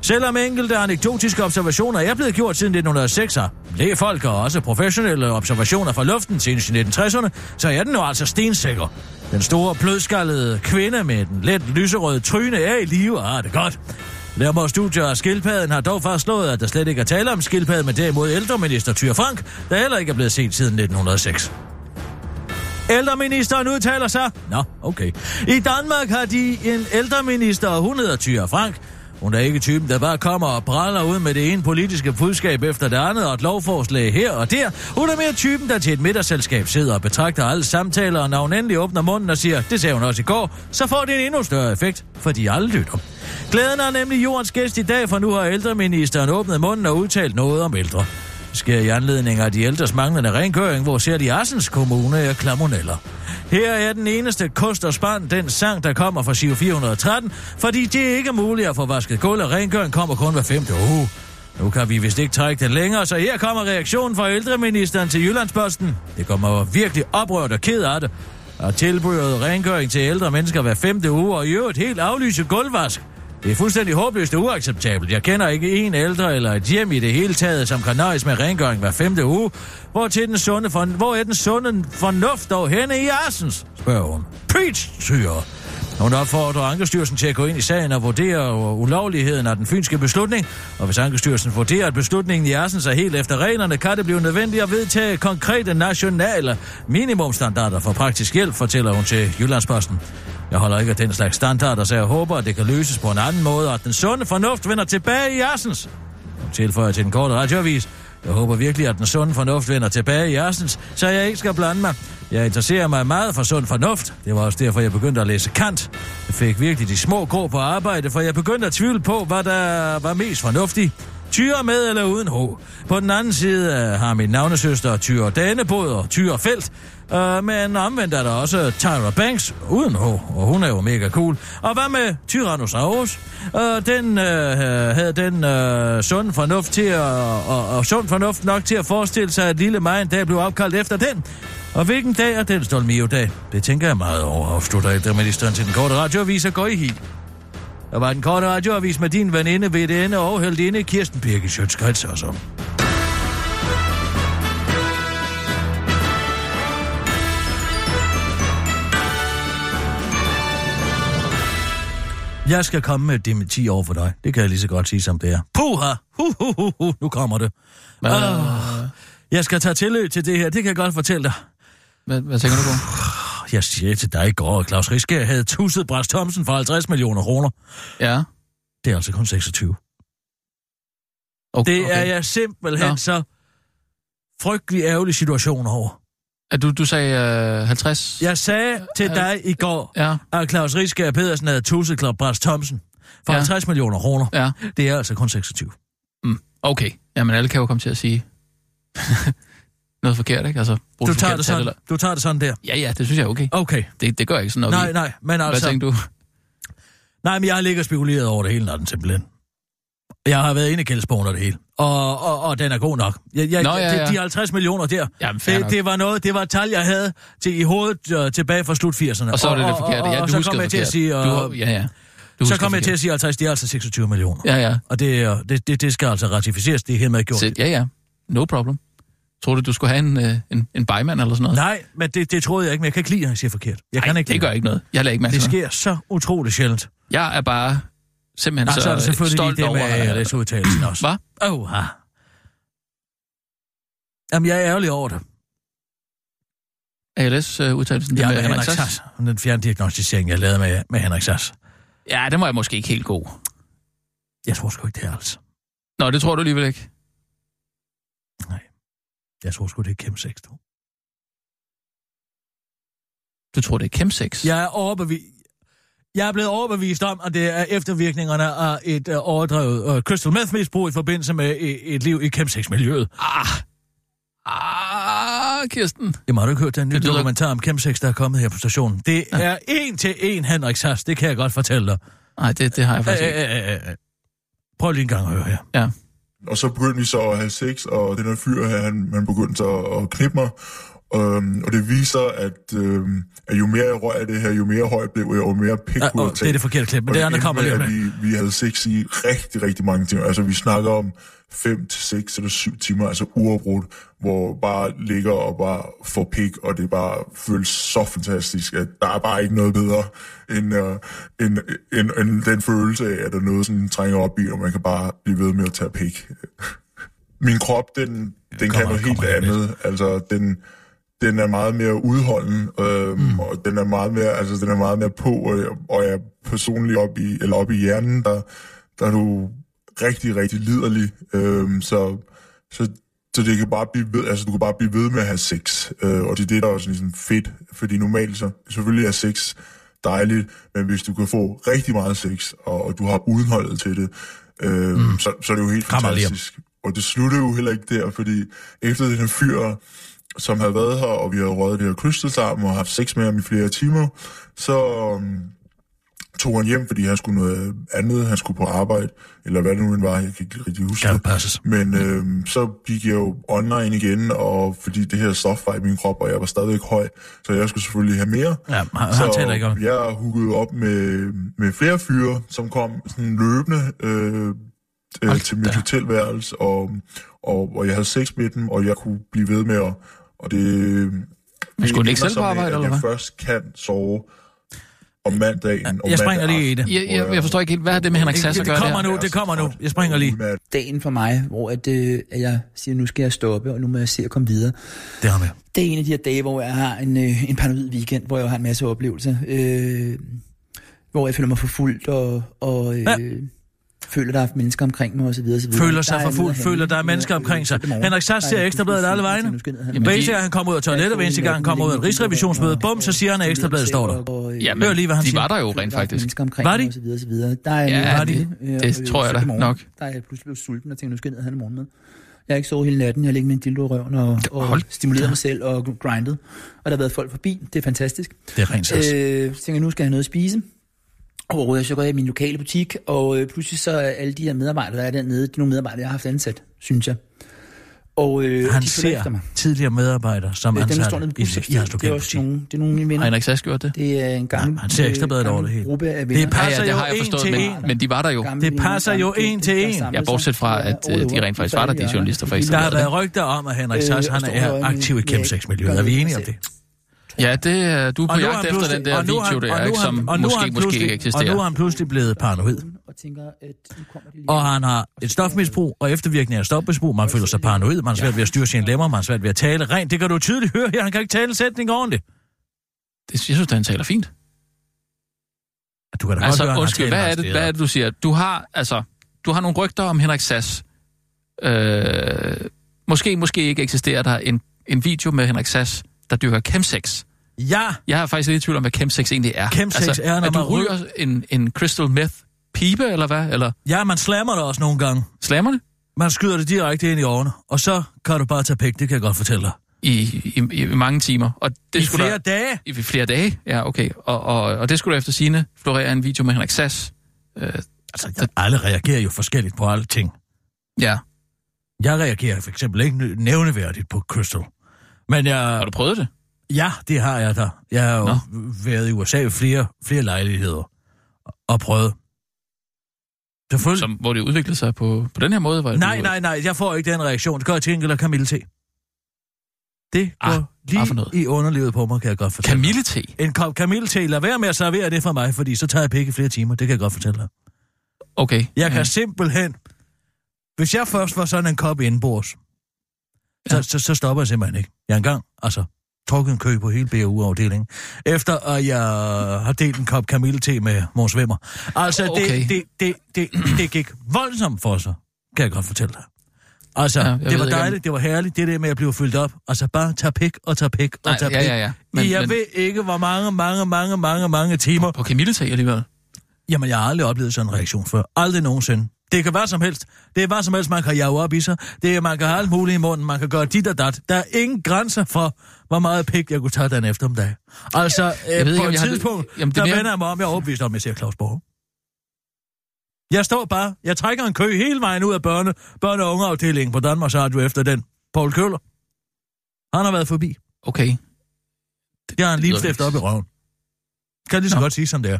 S4: Selvom enkelte anekdotiske observationer er blevet gjort siden 1906, er lægefolk og også professionelle observationer fra luften senest i 1960'erne, så er den nu altså stensikker. Den store, blødskallede kvinde med den let lyserøde tryne er i live og har det godt. Nærmere studier af skildpadden har dog fastslået, at der slet ikke er tale om skildpadden, men derimod ældreminister Thyre Frank, der heller ikke er blevet set siden 1906. Ældreministeren udtaler sig. Nå, okay. I Danmark har de en ældreminister, og hun hedder Thyre Frank. Hun er ikke typen, der bare kommer og praller ud med det ene politiske budskab efter det andet og et lovforslag her og der. Hun er mere typen, der til et middagsselskab sidder og betragter alle samtaler, og når hun endelig åbner munden og siger, det sagde hun også i går, så får det en endnu større effekt, fordi alle lytter. Glæden er nemlig jordens gæst i dag, for nu har ældreministeren åbnet munden og udtalt noget om ældre. Det sker i anledning af de ældres manglende rengøring, hvor ser de Assens Kommune er klamoneller. Her er den eneste kost og spand, den sang, der kommer fra Sio 413, fordi det ikke er muligt at få vasket gulv, og rengøring kommer kun hver femte uge. Nu kan vi vist ikke trække den længere, så her kommer reaktionen fra ældreministeren til Jyllandsposten. Det kommer virkelig oprørt og ked af det. Og tilbyder rengøring til ældre mennesker hver femte uge, og i øvrigt helt aflyse gulvvask. Det er fuldstændig håbløst og uacceptabelt. Jeg kender ikke en ældre eller et hjem i det hele taget, som kan nøjes med rengøring hver femte uge. Hvor, til den sunde for... Hvor er den sunde fornuft dog henne i Assens? spørger hun. Preach, syre. Hun opfordrer Ankestyrelsen til at gå ind i sagen og vurdere ulovligheden af den fynske beslutning, og hvis Ankestyrelsen vurderer, at beslutningen i Assens er helt efter reglerne, kan det blive nødvendigt at vedtage konkrete nationale minimumstandarder for praktisk hjælp, fortæller hun til Jyllandsposten. Jeg holder ikke af den slags standarder, så jeg håber, at det kan løses på en anden måde, og at den sunde fornuft vender tilbage i Assens. Hun tilføjer til den korte radioavis. Jeg håber virkelig, at den sunde fornuft vender tilbage i Assens, så jeg ikke skal blande mig. Jeg interesserer mig meget for sund fornuft. Det var også derfor, jeg begyndte at læse Kant. Jeg fik virkelig de små grå på arbejde, for jeg begyndte at tvivle på, hvad der var mest fornuftigt. Tyre med eller uden H. På den anden side øh, har min navnesøster Tyre Danebod og Tyre Felt. Øh, men omvendt er der også Tyra Banks uden H, og hun er jo mega cool. Og hvad med Tyrannosaurus? Øh, den øh, havde den øh, sund fornuft til at, og, og sund fornuft nok til at forestille sig, at lille mig en dag blev opkaldt efter den. Og hvilken dag er den Stolmio-dag? Det tænker jeg meget over, afslutter ældreministeren til den korte radioavis og går i hi. Der var den korte radioavis med din veninde, VDN og heldinde Kirsten Birke Sjøtskrets og så. Jeg skal komme med et dementi over for dig. Det kan jeg lige så godt sige, som det er. Puha! Hu, hu, hu, hu. Nu kommer det.
S3: Hvad?
S4: Øh. Ah, jeg skal tage tilløb til det her. Det kan jeg godt fortælle dig.
S3: Hvad, hvad tænker du på?
S4: Jeg siger til dig i går, at Claus Riske havde tusset Brass Thomsen for 50 millioner kroner.
S3: Ja.
S4: Det er altså kun 26.
S3: Okay.
S4: Det er jeg simpelthen
S3: Nå.
S4: Nå. så frygtelig ærgerlig situation over.
S3: At du, du sagde øh, 50?
S4: Jeg sagde til
S3: Øh,
S4: dig i går,
S3: Ja,
S4: at Claus Riske og Pedersen havde tusset Claus Brass Thomsen for
S3: Ja.
S4: 50 millioner kroner.
S3: ja.
S4: Det er altså kun 26.
S3: Okay. Jamen, alle kan jo komme til at sige (laughs) noget forkert, ikke? Altså, bruge
S4: Du
S3: et
S4: tager,
S3: forkert
S4: det
S3: tal
S4: sådan, du tager det sådan der.
S3: Ja, ja, det synes jeg er okay.
S4: Okay.
S3: Det, det gør jeg ikke sådan noget.
S4: Nej, nej, men
S3: Hvad
S4: altså...
S3: tænkte du?
S4: Nej, men jeg har ligget og spekuleret over det hele natten simpelthen. Jeg har været inde i Kjeldsbogen og det hele. Og, og, og den er god nok. Jeg, jeg,
S3: Nå, ja,
S4: de-
S3: ja.
S4: De 50 millioner der,
S3: Jamen, fair
S4: det,
S3: nok.
S4: det, var noget, det var et tal, jeg havde til, i hovedet øh, tilbage fra slut 80'erne.
S3: Og så var det det
S4: Og,
S3: forkerte. Ja,
S4: og, og,
S3: du
S4: og så
S3: husker
S4: kom jeg
S3: forkert.
S4: til at sige, og,
S3: du, ja, ja. Du
S4: så
S3: husker
S4: kom jeg til
S3: forkert.
S4: at sige 50, det er altså 26 millioner. Ja.
S3: Ja, ja.
S4: Og det, er- det, det, det, skal altså ratificeres, det er hermed gjort.
S3: Så, ja, ja. No problem. Tror du, du skulle have en, øh, en, en bejmand eller sådan noget?
S4: Nej, men det, det troede jeg ikke, men jeg kan ikke lide, at han siger forkert. Jeg
S3: Ej,
S4: kan ikke
S3: det
S4: lide
S3: gør ikke noget. Jeg lader ikke mærke
S4: Det
S3: til det.
S4: sker så utroligt sjældent.
S3: Jeg er bare simpelthen
S4: Nej,
S3: så, øh,
S4: så, er det selvfølgelig
S3: stolt
S4: lige det
S3: over...
S4: med
S3: at-
S4: ALS-udtalelsen også.
S3: Hvad?
S4: Åh, ha. Jamen, jeg er ærgerlig over det.
S3: ALS-udtalelsen
S4: Jeg
S3: øh, med
S4: med
S3: Henrik Sass.
S4: Henrik Sass. Den fjerndiagnostisering, jeg lavede med, med Henrik Sass.
S3: Ja, den var jeg måske ikke helt god.
S4: Jeg tror sgu ikke, det er altså.
S3: Nå, det tror du alligevel ikke.
S4: Jeg tror sgu, det er kæmpe sex, du.
S3: Du tror, det er chemsex?
S4: Jeg er overbevist... Jeg er blevet overbevist om, at det er eftervirkningerne af et øh, overdrevet øh, crystal meth-misbrug i forbindelse med øh, et, et liv i kemsex-miljøet.
S3: Ah. Ah, Kirsten.
S4: Jamen har du ikke hørt den nye
S3: lyder-
S4: dokumentar om kemsex, der er kommet her på stationen? Det er en til en Henrik Sass, det kan jeg godt fortælle dig.
S3: Nej, det, det har jeg faktisk
S4: Øh,
S3: ikke.
S4: øh, øh, øh. Prøv lige en gang at høre her.
S3: Ja.
S6: Og så begyndte vi så at have sex, og den her fyr, her, han, han begyndte så at knippe mig. Øhm, og det viser, at, øhm, at jo mere jeg røg af det her, jo mere høj blev jeg, og jo mere pik
S4: Ja,
S6: kunne
S4: og
S6: jeg
S4: det er det forkerte klip, men
S6: Og
S4: det andet
S6: endte
S4: kommer lige om
S6: med, at vi, vi havde sex i rigtig, rigtig mange timer. Altså, vi snakker om 5 til 6 eller 7 timer, altså uafbrudt, hvor bare ligger og bare får pik, og det bare føles så fantastisk, at der er bare ikke noget bedre end, uh, end, end, end den følelse af, at der er noget, sådan trænger op i, og man kan bare blive ved med at tage pik. Min krop, den, den
S4: kommer-
S6: kan noget helt
S4: kommer her lidt.
S6: andet. Altså, den, den er meget mere udholden, øhm, mm. og den er meget mere, altså, den er meget mere på, og, og jeg er personligt op i, eller op i hjernen, der, der er du rigtig, rigtig liderlig, øhm, så, så, så det kan bare blive ved, altså, du kan bare blive ved med at have sex, øh, og det er det, der er sådan ligesom fedt, fordi normalt så, selvfølgelig er sex dejligt, men hvis du kan få rigtig meget sex, og, og du har udenholdet til det, øh, mm. så, så er det jo helt
S4: Krammer lige om.
S6: fantastisk. Og det slutter jo heller ikke der, fordi efter den her fyr, som havde været her, og vi havde røget det her krystal sammen, og haft sex med ham i flere timer, så um, tog han hjem, fordi han skulle noget andet, han skulle på arbejde, eller hvad det nu end var, jeg kan ikke rigtig huske
S4: Kan
S6: det.
S4: det passes?
S6: Men øh, så gik jeg jo online igen, og fordi det her stof var i min krop, og jeg var stadigvæk høj, så jeg skulle selvfølgelig have mere.
S4: Ja, han- han taler ikke om det.
S6: jeg huggede op med, med flere fyre, som kom sådan løbende øh, øh, til mit hotelværelse, og, og, og jeg havde sex med dem, og jeg kunne blive ved med at... Og det, det
S3: skulle den ikke
S6: ender
S3: selv
S6: så
S3: på
S6: med,
S3: arbejde,
S6: at
S3: eller
S6: Jeg
S3: hvad?
S6: først kan sove om mandagen. og
S4: Jeg
S6: mandag
S4: springer lige i
S6: aften.
S4: det.
S3: Jeg, jeg, jeg forstår ikke helt, hvad har det med Henrik Sass at
S4: Det
S3: gøre
S4: kommer
S3: der?
S4: nu, det kommer nu. Jeg springer lige.
S7: dagen for mig, hvor at, øh, at jeg siger, nu skal jeg stoppe, og nu må jeg se at komme videre.
S4: Det har med.
S7: Det er en af de her dage, hvor jeg har en, øh, en paranoid weekend, hvor jeg har en masse oplevelser. Øh, hvor jeg føler mig forfulgt, og, og øh,
S4: Ja.
S7: ja. føler, der er mennesker omkring mig osv. osv.
S4: Føler sig forfulgt, føler, der er mennesker omkring sig. Henrik Sass ser Ekstrabladet alle vegne.
S3: Jamen,
S4: Hver eneste
S3: de-
S4: gang han kommer ud af toilettet, hver eneste gang han kommer ud af et rigsrevisionsmøde, bum, så siger han, at Ekstrabladet står der.
S7: øh,
S3: Jamen,
S4: Hør lige, hvad han
S3: de
S4: siger.
S3: var der jo rent faktisk.
S7: Mennesker omkring
S4: Var de?
S7: mig osv. osv. Der er
S3: Ja,
S7: noget
S4: var de?
S7: andet, øh,
S3: Det
S7: og,
S3: tror
S7: øh,
S3: jeg
S7: så
S3: da
S7: i morgen,
S3: nok.
S7: Der er jeg pludselig blevet sulten og tænker, nu skal jeg ned og have en morgenmad. Jeg har ikke sovet hele natten, jeg har ligget med en dildo i røven og, og
S3: Hold
S7: stimuleret mig selv og grindet. Og der har været folk forbi, det er fantastisk.
S4: Det er rent Sass.
S7: Øh, så tænker jeg, nu skal jeg have noget at spise. Og øh, så går jeg i min lokale butik, og øh, pludselig så er alle de her medarbejdere, der er dernede, de er nogle medarbejdere, jeg har haft ansat, synes jeg. Og øh,
S4: Han
S7: de følger efter
S4: ser
S7: mig.
S4: tidligere medarbejdere som
S7: Øh, dem, der står
S4: ansatte
S7: nede med
S4: i, i hans
S7: bussektionen, det er
S4: lokale
S7: også
S4: butik.
S7: nogle, det er nogle af mine
S3: Har
S7: venner.
S3: Henrik Sass gjort det?
S7: Det er en gammel,
S4: Nej, han ser
S7: øh,
S4: Ekstra Bladet over
S7: gammel
S4: det hele.
S7: gruppe af
S4: Det
S7: venner.
S4: er passer
S3: ja, det
S4: Altså, jo
S3: har jeg
S4: en
S3: forstået,
S4: til
S3: men,
S4: en.
S3: men de var der jo.
S7: Gamle
S4: Det
S7: venner,
S4: passer jo
S7: gamle
S4: en
S7: kendte,
S4: til
S7: der
S4: en.
S7: samles
S3: Ja, bortset fra,
S7: om-
S3: at, øh, de rent faktisk var der, de
S7: hjørner,
S3: journalister fra
S7: fordi
S4: Der
S3: Ekstra
S4: har
S3: Bladet.
S4: været rygter om, at
S7: Øh,
S4: Henrik Sass, han er aktiv i kæmpe er vi enige om det?
S3: Ja, det, er- du er på
S4: nu er
S3: jagt
S4: han
S3: efter
S4: pludselig-
S3: den der
S4: og nu er han-
S3: video
S4: og
S3: der,
S4: nu
S3: ikke,
S4: er han-
S3: som
S4: og nu er
S3: måske,
S4: han
S3: måske ikke
S4: pludselig- Og nu er
S3: eksisterer.
S4: han pludselig blevet paranoid.
S7: og tænker, at nu kommer det lige.
S4: Og han har et stofmisbrug og eftervirkninger af stofmisbrug. Man føler sig paranoid, man har svært ved at styre sine lemmer, man har svært ved at tale rent. Det kan du tydeligt høre her, han kan ikke tale en sætning ordentligt.
S3: Det, jeg synes, den taler fint.
S4: Du kan da
S3: Altså,
S4: godt høre,
S3: undskyld,
S4: han har
S3: hvad er,
S4: talt
S3: det,
S4: mange
S3: hvad er
S4: steder.
S3: det, du siger? Du har, altså, du har nogle rygter om Henrik Sass. Øh, måske, måske ikke eksisterer der en, en video med Henrik Sass, der dyrker chemsex.
S4: Ja,
S3: Jeg er faktisk lidt i tvivl om, hvad chemsex egentlig er.
S4: Chemsex
S3: altså,
S4: er, når
S3: at du
S4: man ryger-
S3: ryger en, en crystal meth pibe, eller hvad? Eller
S4: ja, man slammer det også nogle gange.
S3: slammerne?
S4: Man skyder det direkte ind i årene, og så kan du bare tage pæk, det kan jeg godt fortælle dig.
S3: I, i, i, i mange timer. Og det
S4: I
S3: skulle
S4: flere
S3: der,
S4: dage.
S3: I flere dage? Ja, okay. Og, og, og det skulle der efter sine florere en video med Henrik Sass. Øh,
S4: Altså, jeg, alle reagerer jo forskelligt på alle ting.
S3: ja.
S4: Jeg reagerer for eksempel ikke nø- nævneværdigt på Crystal. Men
S3: Har
S4: jeg,
S3: du prøvet det?
S4: ja, det har jeg da. Jeg har jo været i USA ved flere, flere lejligheder og prøvet. Selvfølgelig.
S3: Som, hvor det udviklede sig på, på den her måde? Var
S4: Nej, nej, nej, jeg får ikke den reaktion. Det gør jeg til gengæld af Camille T. Det går
S3: Ah,
S4: ah, lige
S3: ah, for noget.
S4: i underlivet på mig, kan jeg godt fortælle dig.
S3: Camille te.
S4: En kop Camille T. Lad være med at servere det for mig, fordi så tager jeg pik i flere timer. Det kan jeg godt fortælle dig.
S3: Okay.
S4: Jeg kan
S3: Ja.
S4: simpelthen... Hvis jeg først var sådan en kop indenbords, ja.
S3: Ja.
S4: så, så, så stopper jeg simpelthen ikke. Jeg har engang, altså, trukket en kø på hele BAU-afdelingen, efter at jeg har delt en kop kamille-te med Mors Vemmer. Altså, okay.
S3: Okay.
S4: det, det, det, det, det gik voldsomt for sig, kan jeg godt fortælle dig. Altså,
S3: Ja,
S4: ja,
S3: jeg ved
S4: det var
S3: ikke, om-
S4: dejligt, det var herligt, det der med at blive fyldt op. Altså, bare tag pik og tag pik og
S3: Nej,
S4: tag
S3: ja,
S4: pik.
S3: ja, ja.
S4: Men,
S3: Men-
S4: jeg
S3: men-
S4: ved ikke, hvor mange, mange, mange, mange, mange timer,
S3: På Camille te alligevel.
S4: Jamen, jeg har aldrig oplevet sådan en reaktion før. Aldrig nogensinde. Det kan være som helst. Det er hvad som helst, man kan jage op i sig. Det er, man kan have alt muligt i munden. Man kan gøre dit og dat. Der er ingen grænser for, hvor meget pik jeg kunne tage den eftermiddag. Altså, jeg
S3: ved
S4: ved,
S3: ikke, om
S4: på et
S3: jeg har det-
S4: tidspunkt,
S3: Jamen, det
S4: der
S3: er mere-
S4: vender jeg mig om, jeg er overbevist om, at jeg ser Claus Borg. Jeg står bare, jeg trækker en kø hele vejen ud af børne, børne- og ungeafdelingen på Danmarks Radio efter den. Paul Køller. Han har været forbi.
S3: Okay.
S4: Jeg har en
S3: Det lyder
S4: limstift
S3: lidt-
S4: op i røven. Kan jeg lige så
S3: Nå.
S4: godt sige, som det er.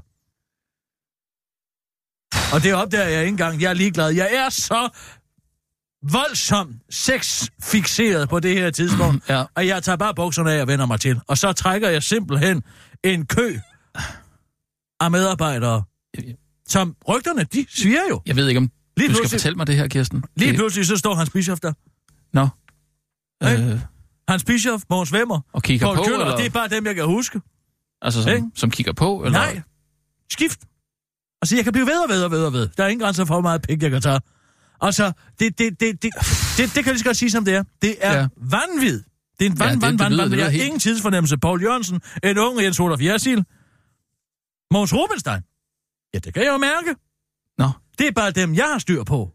S4: Og det opdager jeg ikke engang. Jeg er ligeglad. Jeg er så voldsomt sexfixeret på det her tidspunkt.
S3: (clears throat) Ja.
S4: Og jeg tager bare bukserne af og vender mig til. Og så trækker jeg simpelthen en kø af medarbejdere, som rygterne, de siger jo.
S3: Jeg ved ikke, om lige
S4: Lige
S3: du skal
S4: pludselig-
S3: fortælle mig det her, Kirsten.
S4: Lige
S3: det,
S4: pludselig så står Hans Bischof der.
S3: Nå.
S4: Ikke?
S3: Øh,
S4: Hans Bischof, Mogens Vemmer,
S3: og kigger
S4: Poul
S3: på,
S4: Køller,
S3: eller,
S4: det er bare dem, jeg kan huske.
S3: altså, som,
S4: Ikke?
S3: som kigger på? Eller?
S4: Nej. Skift. Altså, jeg kan blive ved og ved og ved og ved. Der er ingen grænser for, hvor meget pik jeg kan tage. Altså, det, det, det, det, det, det kan jeg lige så godt sige, som det er. Det er ja.
S3: Ja.
S4: vanvid. Det er en
S3: Ja,
S4: vand,
S3: det-
S4: vand,
S3: det
S4: vand,
S3: lyder- det
S4: vand. Jeg
S3: lyder
S4: har
S3: helt-
S4: ingen tidsfornemmelse. Paul Jørgensen, en ung Jens Olaf Jersil, Måns Rubenstein. Ja, det kan jeg jo mærke.
S3: Nå,
S4: Det er bare dem, jeg har styr på.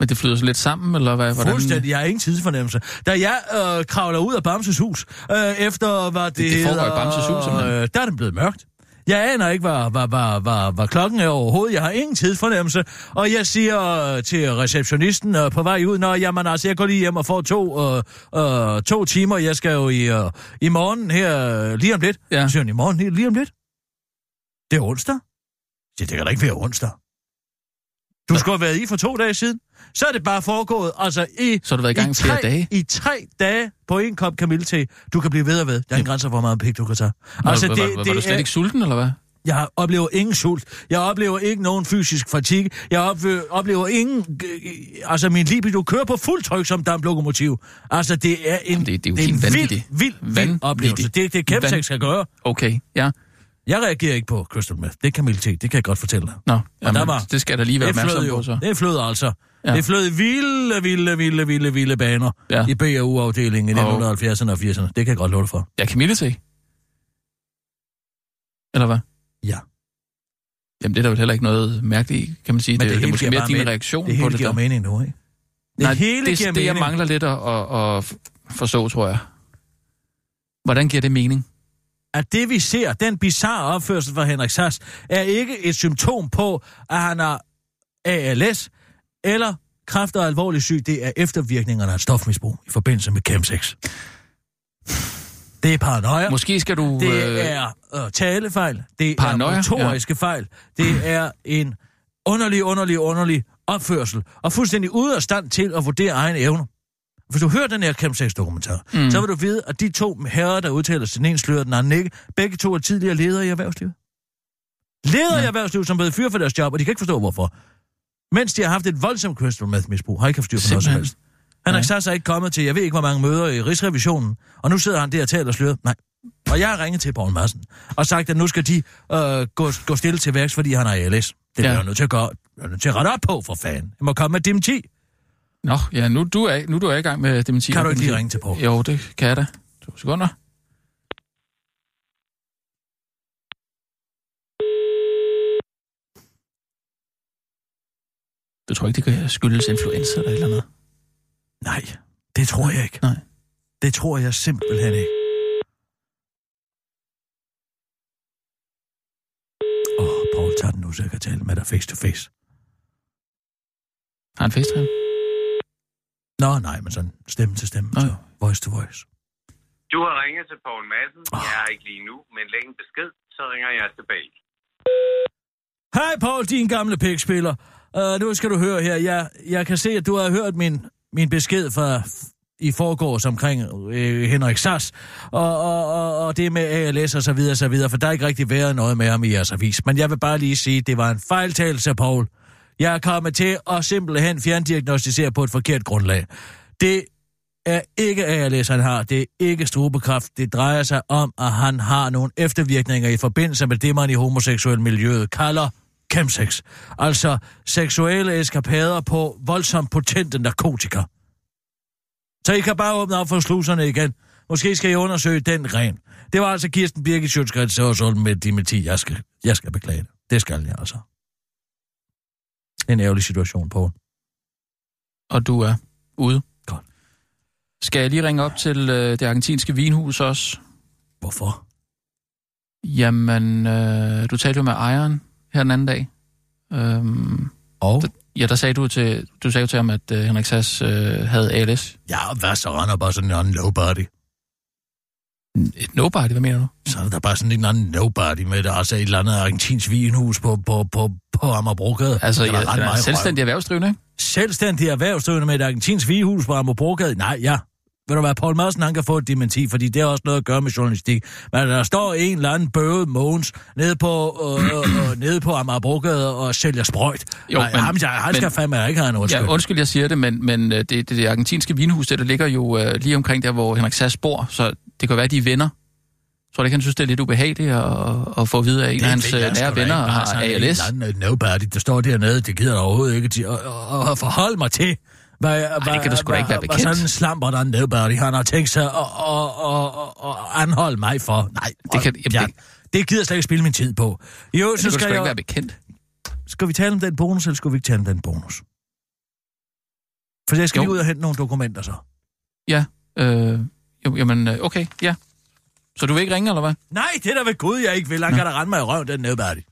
S3: men det flyder så lidt sammen, eller hvad?
S4: Hvordan...
S3: Hvordan?
S4: Fuldstændig, jeg har ingen tidsfornemmelse. Da jeg øh, kravler ud af Bamses hus, øh, efter hvad det,
S3: det foregår i Bamses hus, simpelthen.
S4: øh, der er det blevet mørkt. Jeg aner ikke, hvad, hvad, hvad, hvad, hvad klokken er overhovedet. Jeg har ingen tidsfornemmelse. Og jeg siger øh, til receptionisten øh, på vej ud, når jamen altså, jeg går lige hjem og får to, øh, øh, to timer. Jeg skal jo i, øh, i morgen her øh, lige om lidt.
S3: Ja.
S4: Ja. Siger hun, i morgen her lige om lidt? Det er onsdag. Jeg siger, det kan da ikke være onsdag. Du skulle have været i for to dage siden. Så er det bare foregået, altså i...
S3: Så har du været i gang
S4: tre,
S3: flere dage?
S4: I tre dage på en kop kamille te. Du kan blive ved og ved. Der er ingen grænser, for, hvor meget pik du kan tage.
S3: Nå, altså, var, det, var, var,
S4: det
S3: du slet
S4: er-
S3: ikke sulten, eller hvad?
S4: Jeg oplever ingen sult. Jeg oplever ikke nogen fysisk fatigue. Jeg opve- oplever ingen... g- Altså, min libido kører på fuld tryk som damplokomotiv. Altså, det er en,
S3: det- det er jo
S4: en
S3: helt
S4: vild,
S3: vanvittigt.
S4: vild, vild
S3: Vanvittigt.
S4: oplevelse. Det er det, kæmpe
S3: Van-
S4: skal gøre.
S3: Okay, ja.
S4: Jeg reagerer ikke på Crystal Meth. Det kan Camille T. Det kan jeg godt fortælle dig.
S3: Nå, jamen,
S4: der var-
S3: det skal jeg da lige være
S4: Det flød
S3: opmærksom
S4: jo.
S3: på, så.
S4: Det flød altså. Ja.
S3: Ja.
S4: Det flød i vilde, vilde, vilde, vilde, vilde baner ja.
S3: Ja.
S4: i BAU-afdelingen i
S3: Og-
S4: 1970'erne og 80'erne. Det kan jeg godt love dig for.
S3: Ja, Camille te. Eller hvad?
S4: Ja.
S3: Jamen, det er der vel heller ikke noget mærkeligt, i, kan man sige.
S4: Men
S3: det, det, det er
S4: hele giver
S3: måske mere
S4: bare
S3: din
S4: mening.
S3: reaktion
S4: Det
S3: på
S4: hele
S3: det.
S4: giver
S3: der.
S4: mening nu, ikke? Det
S3: Nej,
S4: hele
S3: det,
S4: giver
S3: det jeg
S4: mening.
S3: mangler lidt at, at, at forstå, tror jeg. Hvordan giver det mening?
S4: at det vi ser, den bizarre opførsel fra Henrik Sass, er ikke et symptom på, at han har ALS eller kræft og alvorlig syg. Det er eftervirkningerne af et stofmisbrug i forbindelse med chemsex. Det er paranoia.
S3: Måske skal du...
S4: Det er øh, talefejl. Det
S3: Paranoia,
S4: er motoriske ja. fejl. Det er en underlig, underlig, underlig opførsel. Og fuldstændig ude af stand til at vurdere egne evner. Hvis du hører den her Chemsex-dokumentar, mm. så vil du vide, at de to herrer, der udtaler sig, den ene slører den anden ikke, begge to er tidligere ledere i erhvervslivet. Leder i erhvervslivet, som er blevet fyret for deres job, og de kan ikke forstå, hvorfor. Mens de har haft et voldsomt kønsformidmisbrug, har ikke haft styr på noget som
S3: Simpelthen.
S4: helst. Han har ikke ikke kommet til, jeg ved ikke, hvor mange møder i Rigsrevisionen, og nu sidder han der og taler og slører. Nej. Og jeg har ringet til Poul Madsen og sagt, at nu skal de øh, gå, gå stille til værks, fordi han har ALS. Det er
S3: Ja.
S4: jeg nødt til at gøre. Jeg er nødt til at rette op på, for fanden. Jeg må komme med dimti.
S3: Nå, ja, nu, du er, nu er du er i gang med dementi.
S4: Kan du ikke lige ringe til Poul?
S3: Jo, det kan jeg da. To sekunder. Du tror ikke, det kan skyldes influenza eller et eller andet?
S4: Nej, det tror jeg ikke.
S3: Nej.
S4: Det tror jeg simpelthen ikke. Åh, oh, Paul tager den nu, så jeg kan tale med dig face to face.
S3: Har han facetime?
S4: Nå, nej, men sådan stemme til stemme.
S3: Nå,
S4: Så
S3: jo.
S4: voice to voice.
S8: Du har ringet til Poul Madsen. Jeg er ikke lige nu, men læg en besked, så ringer jeg tilbage.
S4: Hej Paul, din gamle pikspiller. Uh, nu skal du høre her. Jeg, jeg kan se, at du har hørt min, min besked fra i forgårs omkring øh, Henrik Sass, og, og, og, og det med ALS og så videre, så videre, for der er ikke rigtig været noget med ham i jeres avis. Men jeg vil bare lige sige, at det var en fejltagelse, Paul. Jeg er kommet til at simpelthen fjerndiagnostisere på et forkert grundlag. Det er ikke ALS, han har. Det er ikke strubekræft. Det drejer sig om, at han har nogle eftervirkninger i forbindelse med det, man i homoseksuel miljøet kalder chemsex. Altså seksuelle eskapader på voldsomt potente narkotika. Så I kan bare åbne op for sluserne igen. Måske skal I undersøge den gren. Det var altså Kirsten Birgit Sjøtskrets og med Dimiti. Jeg skal, jeg skal beklage det. Det skal jeg altså. En ærgerlig situation, Poul.
S3: Og du er ude?
S4: Godt.
S3: Skal jeg lige ringe op til øh, det argentinske vinhus også?
S4: Hvorfor?
S3: Jamen, øh, du talte jo med ejeren her den anden dag. Øhm,
S4: Og?
S3: ja, der sagde du til, du sagde jo til ham, at øh, Henrik Sass øh, havde ALS.
S4: Ja, og hvad så render bare sådan en anden nobody?
S3: Et nobody, hvad mener du?
S4: Så er der bare sådan en anden nobody med det, altså et eller andet argentinsk vinhus på, på, på, på Amagerbrogade.
S3: Altså,
S4: Det
S3: jeg,
S4: er der ret
S3: jeg er
S4: meget
S3: selvstændig
S4: røv.
S3: erhvervsdrivende, ikke?
S4: Selvstændig erhvervsdrivende med et argentinsk vinhus på Amagerbrogade? Nej, ja. Ved du hvad, Paul Madsen, han kan få et dementi, fordi det har også noget at gøre med journalistik. Men der står en eller anden bøvet Mogens nede på, øh, øh, øh, nede på Amagerbrogade og sælger sprøjt.
S3: Jo,
S4: Nej,
S3: men-
S4: ham, jeg, han skal
S3: men-
S4: fandme ikke have en undskyld.
S3: Ja, undskyld, jeg siger det, men, men øh, det, det, det argentinske vinhus, det der ligger jo øh, lige omkring der, hvor Henrik Sass bor, så det kan være, de er venner. Jeg tror du ikke, han synes, det er lidt ubehageligt at, at få at vide, at en
S4: Det
S3: af hans
S4: ved
S3: øh,
S4: jeg sgu
S3: nære
S4: da
S3: venner
S4: ikke.
S3: har
S4: Altså, han er
S3: ALS.
S4: en eller anden Nobody, der står dernede, det gider jeg overhovedet ikke til at, at, at forholde mig til. Hvad, Ej,
S3: det kan du sgu da ikke være bekendt.
S4: Sådan en slamper, der er en Nobody, han har tænkt sig at, at, at, at, at anholde mig for. Nej,
S3: Det kan-
S4: jeg,
S3: jamen,
S4: det gider jeg slet ikke spille min tid på. Jo,
S3: Det
S4: så
S3: kan du sgu
S4: skal,
S3: da ikke være
S4: jeg,
S3: bekendt.
S4: skal vi tale om den bonus, eller skal vi ikke tale om den bonus? For jeg skal
S3: Jo.
S4: lige ud og hente nogle dokumenter så.
S3: Ja, øh, jo, jamen, øh, okay, ja. Så du vil ikke ringe, eller hvad?
S4: Nej, det er da ved Gud, jeg ikke vil. Han kan da rende mig i røven, den Nobody.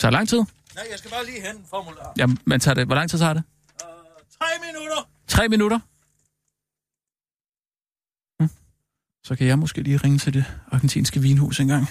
S3: Tager det lang tid?
S4: Nej, jeg skal bare lige hente en formular.
S3: Jamen, men tager det, hvor lang tid tager det?
S4: Tre minutter!
S3: Tre minutter? Hm. Så kan jeg måske lige ringe til det argentinske vinhus engang.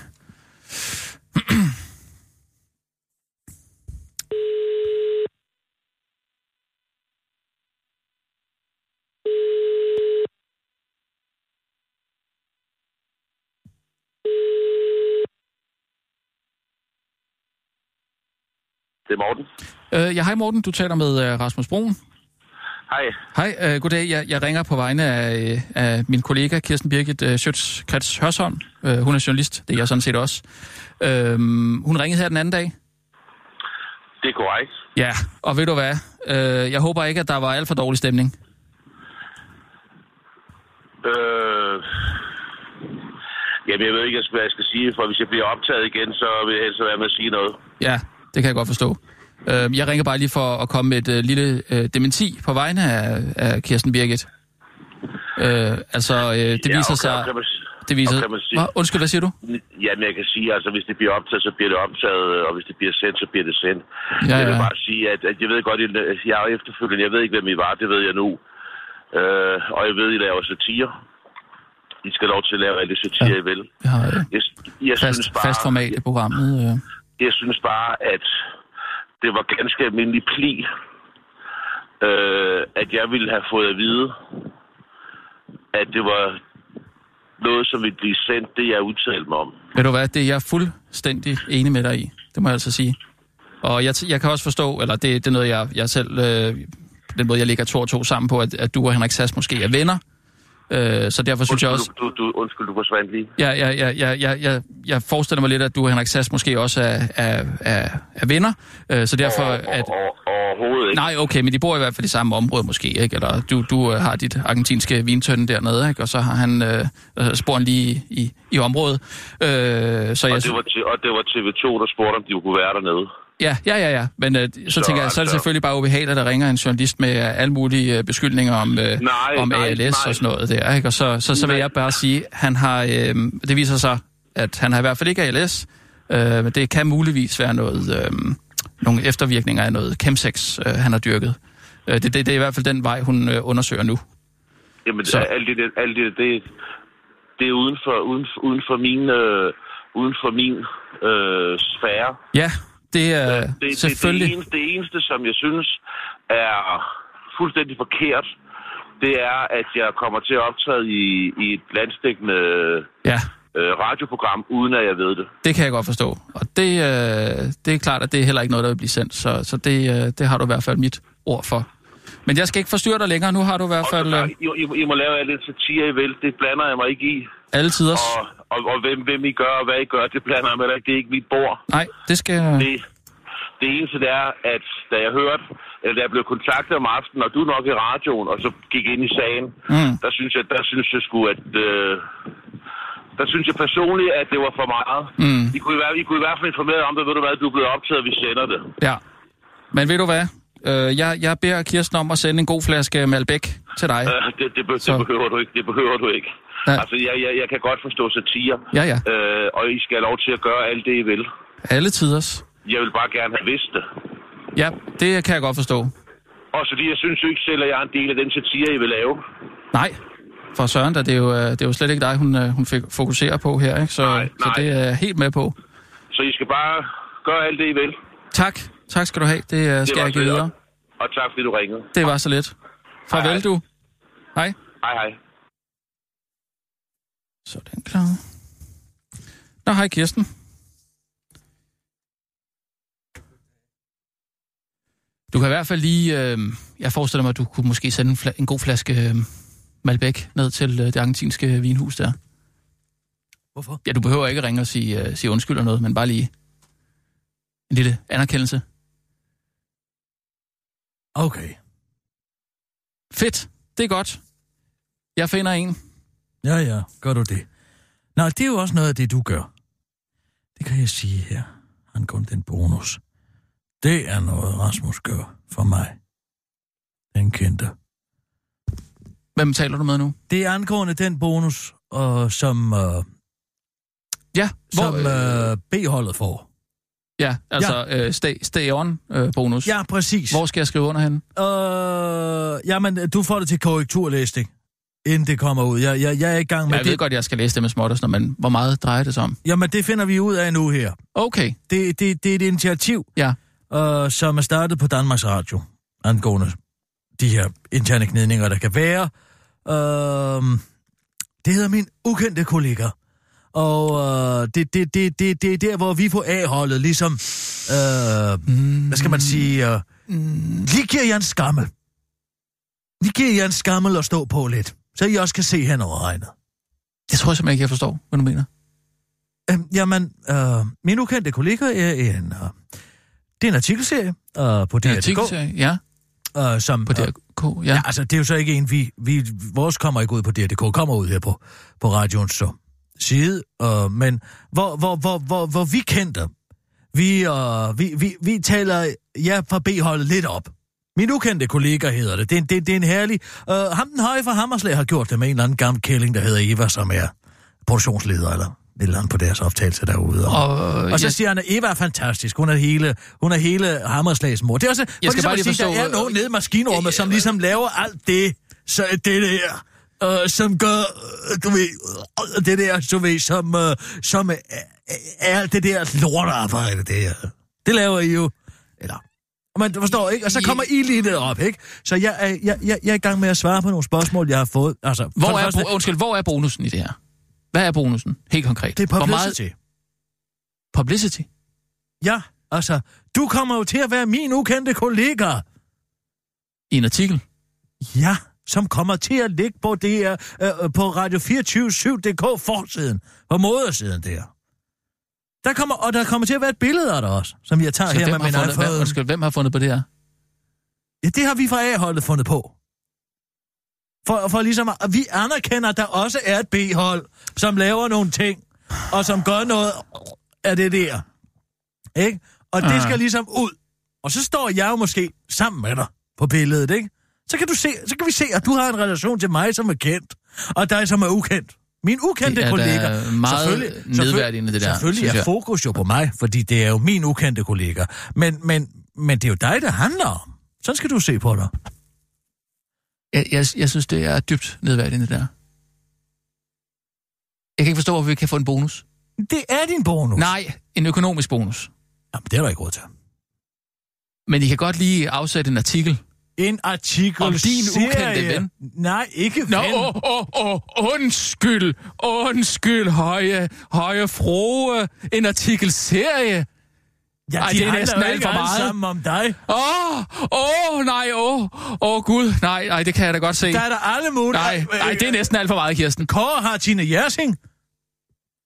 S8: Det er Morten.
S3: Øh, ja, hej Morten, du taler med øh, Rasmus Broen.
S8: Hej.
S3: Hej, øh, goddag. Jeg, jeg ringer på vegne af, øh, af min kollega Kirsten Birgit øh, Schøtz Krets Hørsholm. Øh, hun er journalist, det er jeg sådan set også. Øh, hun ringede her den anden dag.
S8: Det er korrekt.
S3: Ja, og ved du hvad? Øh, jeg håber ikke, at der var alt for dårlig stemning.
S8: Øh... Jamen, jeg ved ikke, hvad jeg skal sige, for hvis jeg bliver optaget igen, så vil jeg helst lade være med at sige noget.
S3: Ja, det kan jeg godt forstå. Øh, jeg ringer bare lige for at komme med et øh, lille øh, dementi på vegne af, af Kirsten Birgit. Øh, altså, øh, det
S8: ja,
S3: viser
S8: og
S3: sig...
S8: Kan, kan man, s-
S3: Det viser...
S8: og kan man sige-
S3: Hva? Undskyld, hvad siger du?
S8: Jamen, jeg kan sige, altså, hvis det bliver optaget, så bliver det optaget, og hvis det bliver sendt, så bliver det sendt.
S3: Ja,
S8: Ja, Jeg vil
S3: ja.
S8: bare sige, at, at jeg ved godt, at jeg er efterfølgende, jeg ved ikke, hvem I var, det ved jeg nu. Øh, og jeg ved, I laver satire. I skal lov til at lave alt det satire, ja. I vil.
S3: Vi har øh,
S8: Jeg, jeg, synes
S3: fast,
S8: bare,
S3: fast format i programmet. Øh.
S8: jeg synes bare, at det var ganske almindelig pli, øh, at jeg ville have fået at vide, at det var noget, som vil blive sendt, det jeg udtalte mig om.
S3: Ved du hvad, det er jeg fuldstændig enig med dig i. Det må jeg altså sige. Og jeg, t- jeg kan også forstå, eller det, det er noget, jeg, jeg selv... Øh, den måde, jeg ligger to og to sammen på, at, at du og Henrik Sass måske er venner. Øh, så derfor synes jeg også...
S8: Undskyld, du, du, undskyld, du forsvandt lige.
S3: Ja, ja, ja, ja, ja, ja, jeg forestiller mig lidt, at du og Henrik Sass måske også er, er, er, er venner. Øh, så derfor, at...
S8: Og, overhovedet ikke.
S3: Nej, okay, men de bor i hvert fald i samme område måske, ikke? Eller du, du øh, har dit argentinske vintønde dernede, ikke? Og så har han øh, øh, sporen lige i, i området. Øh, så
S8: Og
S3: jeg...
S8: det, var, til- og det var TV2, der spurgte, om de kunne være dernede.
S3: Ja, ja, ja, ja. Men øh, så, så
S8: Så
S3: tænker jeg, så er det
S8: altså-
S3: selvfølgelig bare ubehageligt, at der ringer en journalist med øh, alle mulige øh, beskyldninger om, øh,
S8: Nej,
S3: om
S8: nej,
S3: ALS
S8: nej.
S3: og sådan noget der. Ikke? Og så, så, så vil
S8: Nej.
S3: jeg bare sige, han har, øh, det viser sig, at han har i hvert fald ikke ALS, øh, men det kan muligvis være noget, øh, nogle eftervirkninger af noget chemsex, øh, han har dyrket. Øh, det, det, det er i hvert fald den vej, hun øh, undersøger nu.
S8: Jamen,
S3: Så-
S8: så... alt det, der- alt det, der, det, det er uden for, uden, for- uden for min, øh, uden for min øh, sfære.
S3: Ja, det er øh,
S8: det,
S3: selvfølgelig...
S8: Det, det, eneste, det eneste, som jeg synes er fuldstændig forkert, det er, at jeg kommer til at optræde i, i et landstækkende
S3: Ja,
S8: øh, radioprogram, uden at jeg ved det.
S3: det kan jeg godt forstå. Og det, øh, det er klart, at det er heller ikke noget, der vil blive sendt, så, så det, øh, det har du i hvert fald mit ord for. Men jeg skal ikke forstyrre dig længere. Nu har du i hvert
S8: Og
S3: fald øh,
S8: så, I, I, I må lave alt det satire, I vil. Det blander jeg mig ikke i.
S3: alle tiders...
S8: Og, og, og hvem, hvem I gør og hvad I gør, det blander jeg mig heller ikke. Det er ikke mit bord.
S3: Nej, det skal...
S8: Det, det eneste det er, at da jeg hørte, eller da jeg blev kontaktet om aftenen, og du er nok i radioen, og så gik ind i sagen,
S3: Mm.
S8: mm. der synes jeg, der synes jeg sgu, at... Øh, der synes jeg personligt, at det var for meget.
S3: Mm.
S8: I, kunne i, hver- I kunne i hvert fald informere om det, ved du hvad, du er blevet optaget, og vi sender det.
S3: Ja. Men ved du hvad? Øh, jeg, jeg beder Kirsten om at sende en god flaske Malbec til dig.
S8: Øh, det, det, be, det,
S3: Så-
S8: behøver du ikke, det behøver du ikke.
S3: Nej.
S8: Altså, jeg, jeg, jeg kan godt forstå satire,
S3: Ja, ja.
S8: øh, og I skal have lov til at gøre alt det, I vil.
S3: Alle tiders.
S8: Jeg vil bare gerne have vidst det.
S3: Ja, det kan jeg godt forstå.
S8: Også fordi jeg synes jo ikke selv, at jeg er en del af den satire, I vil lave.
S3: Nej, for Søren, da, det, er jo, øh, det er jo slet ikke dig, hun, øh, hun fik- fokuserer på her, ikke? Så,
S8: Nej,
S3: så
S8: nej.
S3: det er jeg helt med på.
S8: Så I skal bare gøre alt det, I vil.
S3: Tak. Tak skal du have. Det øh, skal
S8: var
S3: jeg give
S8: så lidt.
S3: videre.
S8: Og tak, fordi du ringede.
S3: Det var så lidt. Farvel
S8: Hej, hej.
S3: du. Hej.
S8: Hej, hej.
S3: Så er den klar. Nå, hej Kirsten. Du kan i hvert fald lige... Øh, jeg forestiller mig, at du kunne måske sende en, fla- en god flaske øh, Malbec ned til øh, det argentinske vinhus der.
S4: Hvorfor?
S3: Ja, du behøver ikke ringe og sige, øh, sige undskyld eller noget, men bare lige en lille anerkendelse.
S4: Okay.
S3: Fedt. Det er godt. Jeg finder en.
S4: Ja, ja, gør du det. Nå, det er jo også noget af det, du gør. Det kan jeg sige her, angående den bonus. Det er noget, Rasmus gør for mig. Den kendte.
S3: Hvem taler du med nu?
S4: Det er angående den bonus, og som, øh,
S3: Ja, hvor,
S4: som øh, B-holdet får.
S3: ja altså ja. Øh, stay, stay on øh, bonus.
S4: Ja, præcis.
S3: Hvor skal jeg skrive under henne?
S4: Øh, jamen, du får det til korrekturlæsning, inden det kommer ud. Jeg, jeg, jeg er i gang med
S3: jeg
S4: det.
S3: ved godt, jeg skal læse det med småt og sådan noget, men hvor meget drejer det sig om?
S4: Jamen, det finder vi ud af nu her.
S3: Okay,
S4: Det, det, det er et initiativ,
S3: ja.
S4: øh, som er startet på Danmarks Radio, angående de her interne gnidninger, der kan være. Øh, det hedder min ukendte kollega. Og øh, det, det, det, det, det er der, hvor vi på A-holdet ligesom, øh, hvad skal man sige, øh, lige giver jer en skammel. Lige giver jer en skammel at stå på lidt, så I også kan se hen over regnet.
S3: Det tror jeg simpelthen ikke, jeg forstår, hvad du mener.
S4: Øhm, jamen, øh, min ukendte kollega er en... Øh, det er en artikelserie øh, på
S3: Det er
S4: DR.dk,
S3: artikelserie, ja,
S4: øh, som...
S3: på DRK, ja.
S4: ja, altså, det er jo så ikke en, vi... vi vores kommer ikke ud på DR.dk, kommer ud her på, på radioens så, side, øh, men hvor, hvor, hvor, hvor, hvor vi kendte, vi, øh, vi, vi, vi taler ja, fra B-holdet lidt op. Min ukendte kollega hedder det. Det er, en- det, det er en herlig... Øh, ham den høje fra Hammerslag har gjort det med en eller anden gammel kælling, der hedder Eva, som er produktionsleder eller et eller andet på deres optagelse derude.
S3: Og,
S4: Og så
S3: jeg,
S4: siger han, at Eva er fantastisk. Hun er hele, hun er hele Hammerslags mor. Det er også, for
S3: skal
S4: ligesom
S3: bare
S4: at
S3: lige
S4: sige,
S3: forstå,
S4: der er nogen
S3: øh,
S4: nede i maskinrummet,
S3: ja,
S4: som
S3: ja,
S4: ligesom laver alt det, så det der, øh, som gør, øh, du ved, øh, det der, du ved, som, øh, som øh, øh, er alt det der lortarbejde, det er. Det laver I jo. Eller, man forstår ikke, og så kommer I lige derop, ikke? Så jeg, er- jeg, jeg, jeg er i gang med at svare på nogle spørgsmål, jeg har fået. Altså, for
S3: hvor,
S4: det
S3: er,
S4: første-
S3: bo- undskyld, hvor er bonusen i det her? Hvad er bonusen, helt konkret?
S4: Det er
S3: Hvor
S4: publicity. Meget...
S3: Publicity?
S4: Ja, altså, du kommer jo til at være min ukendte kollega.
S3: I en
S4: Ah,
S3: artikel?
S4: Ja, som kommer til at ligge på, det, øh, øh, på Radio 247.dk forsiden, på modersiden der. Der kommer, og der kommer til at være et billede af dig også, som jeg tager
S3: Så
S4: her med
S3: hvem, har
S4: min
S3: fundet, hvem,
S4: iPhone.
S3: undskyld, hvem har fundet på det her?
S4: Ja, det har vi fra A-holdet fundet på. For, for ligesom, at vi anerkender, at der også er et B-hold, som laver nogle ting, og som gør noget af det der. Ikke? Og det
S3: Ah.
S4: skal ligesom ud. Og så står jeg jo måske sammen med dig på billedet, ikke? Så kan, du se, så kan vi se, at du har en relation til mig, som er kendt, og dig, som er ukendt. Min ukendte
S3: Det er da
S4: kollega.
S3: meget
S4: Selvfølgelig-
S3: nedværdigende, det der,
S4: Selvfølgelig
S3: synes
S4: er
S3: jeg.
S4: fokus jo på mig, fordi det er jo min ukendte kollega. Men, men, men det er jo dig, der handler om. Sådan skal du se på dig.
S3: Jeg, jeg, jeg synes, det er dybt nedværdigende, det der. Jeg kan ikke forstå, hvorfor vi ikke kan få en bonus.
S4: Det er din bonus.
S3: Nej, en økonomisk bonus.
S4: Jamen, det er der ikke råd til.
S3: Men I kan godt lige afsætte en artikel.
S4: En artikel
S3: Om din ukendte ven?
S4: Nej, ikke ven.
S3: Nå, åh, åh, åh, undskyld, undskyld, høje, høje frue, en artikelserie.
S4: ja,
S3: Ej,
S4: de
S3: det er
S4: handler
S3: næsten
S4: jo
S3: alt
S4: ikke
S3: for
S4: alle
S3: meget.
S4: sammen om dig.
S3: Åh, åh, nej, åh, åh, gud, nej, nej, det kan jeg da godt se.
S4: Der er der alle mulige... Øh,
S3: Nej, nej, det er næsten alt for meget, Kirsten.
S4: Kåre har Tina Jersing,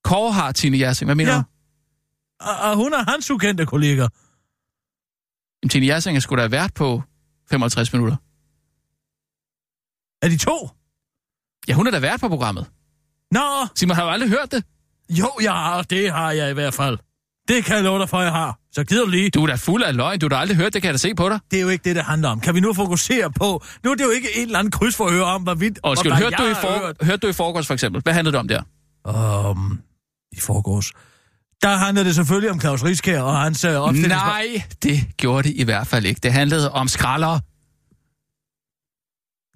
S3: Kåre har Tine Jersing, hvad mener
S4: Ja.
S3: du?
S4: og, og hun er hans ukendte kollega.
S3: Jamen, Tine Jersing er sgu da vært på 55 minutter.
S4: Er de to?
S3: Ja, hun er da vært på programmet.
S4: Nå,
S3: Simon, har du aldrig hørt det?
S4: jo, jeg har, det har jeg i hvert fald. Det kan jeg love dig for, jeg har. Så gider du lige.
S3: Du er da fuld af løgn, du har da aldrig hørt det, kan jeg da se på dig.
S4: Det er jo ikke det, det handler om. Kan vi nu fokusere på... Nu er det jo ikke en eller anden krydsforhør om, hvorvidt...
S3: Og skal
S4: hvad
S3: hørte,
S4: jeg
S3: du i
S4: har
S3: for,
S4: hørt.
S3: hørte du i forgårs for eksempel? Hvad handlede det om der?
S4: um, i forgårs. Der handler det selvfølgelig om Claus Rieskær og hans øh, opstillingsbar-
S3: Nej, det gjorde det i hvert fald ikke. Det handlede om skralder.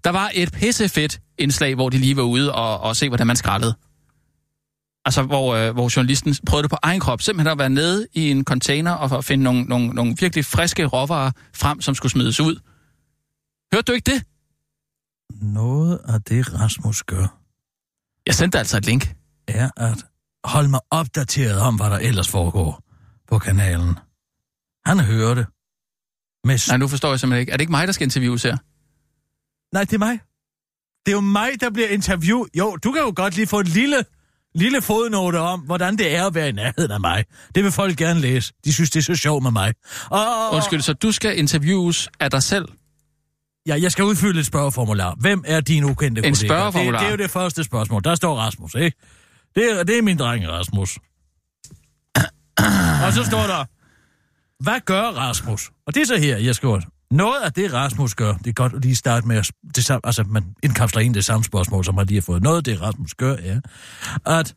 S3: Der var et pissefedt indslag, hvor de lige var ude og, og se, hvordan man skraldede. Altså, hvor, øh, hvor journalisten prøvede det på egen krop. Simpelthen at være nede i en container og at finde nogle, nogle, nogle virkelig friske råvarer frem, som skulle smides ud. Hørte du ikke det?
S4: Noget af det, Rasmus gør,
S3: Jeg sendte dig altså et link.
S4: er at holde mig opdateret om, hvad der ellers foregår på kanalen. Han hører det. Med s-
S3: Nej, nu forstår jeg simpelthen ikke. Er det ikke mig, der skal interviews her?
S4: Nej, det er mig. Det er jo mig, der bliver interviewet. Jo, du kan jo godt lige få en lille, lille fodnote om, hvordan det er at være i nærheden af mig. Det vil folk gerne læse. De synes, det er så sjovt med mig. Og,
S3: Undskyld, så du skal interviews af dig selv?
S4: Ja, jeg skal udfylde et spørgeformular. Hvem er din ukendte kollega?
S3: spørgeformular?
S4: Det, det er jo det første spørgsmål. Der står Rasmus, ikke? Det er, det er min dreng, Rasmus. Og så står der, hvad gør Rasmus? Og det er så her, jeg skriver. Noget af det, Rasmus gør, det er godt at lige starte med at... s- Det samme, altså, man indkapsler ind det samme spørgsmål, som man lige har fået. Noget af det, Rasmus gør, er, at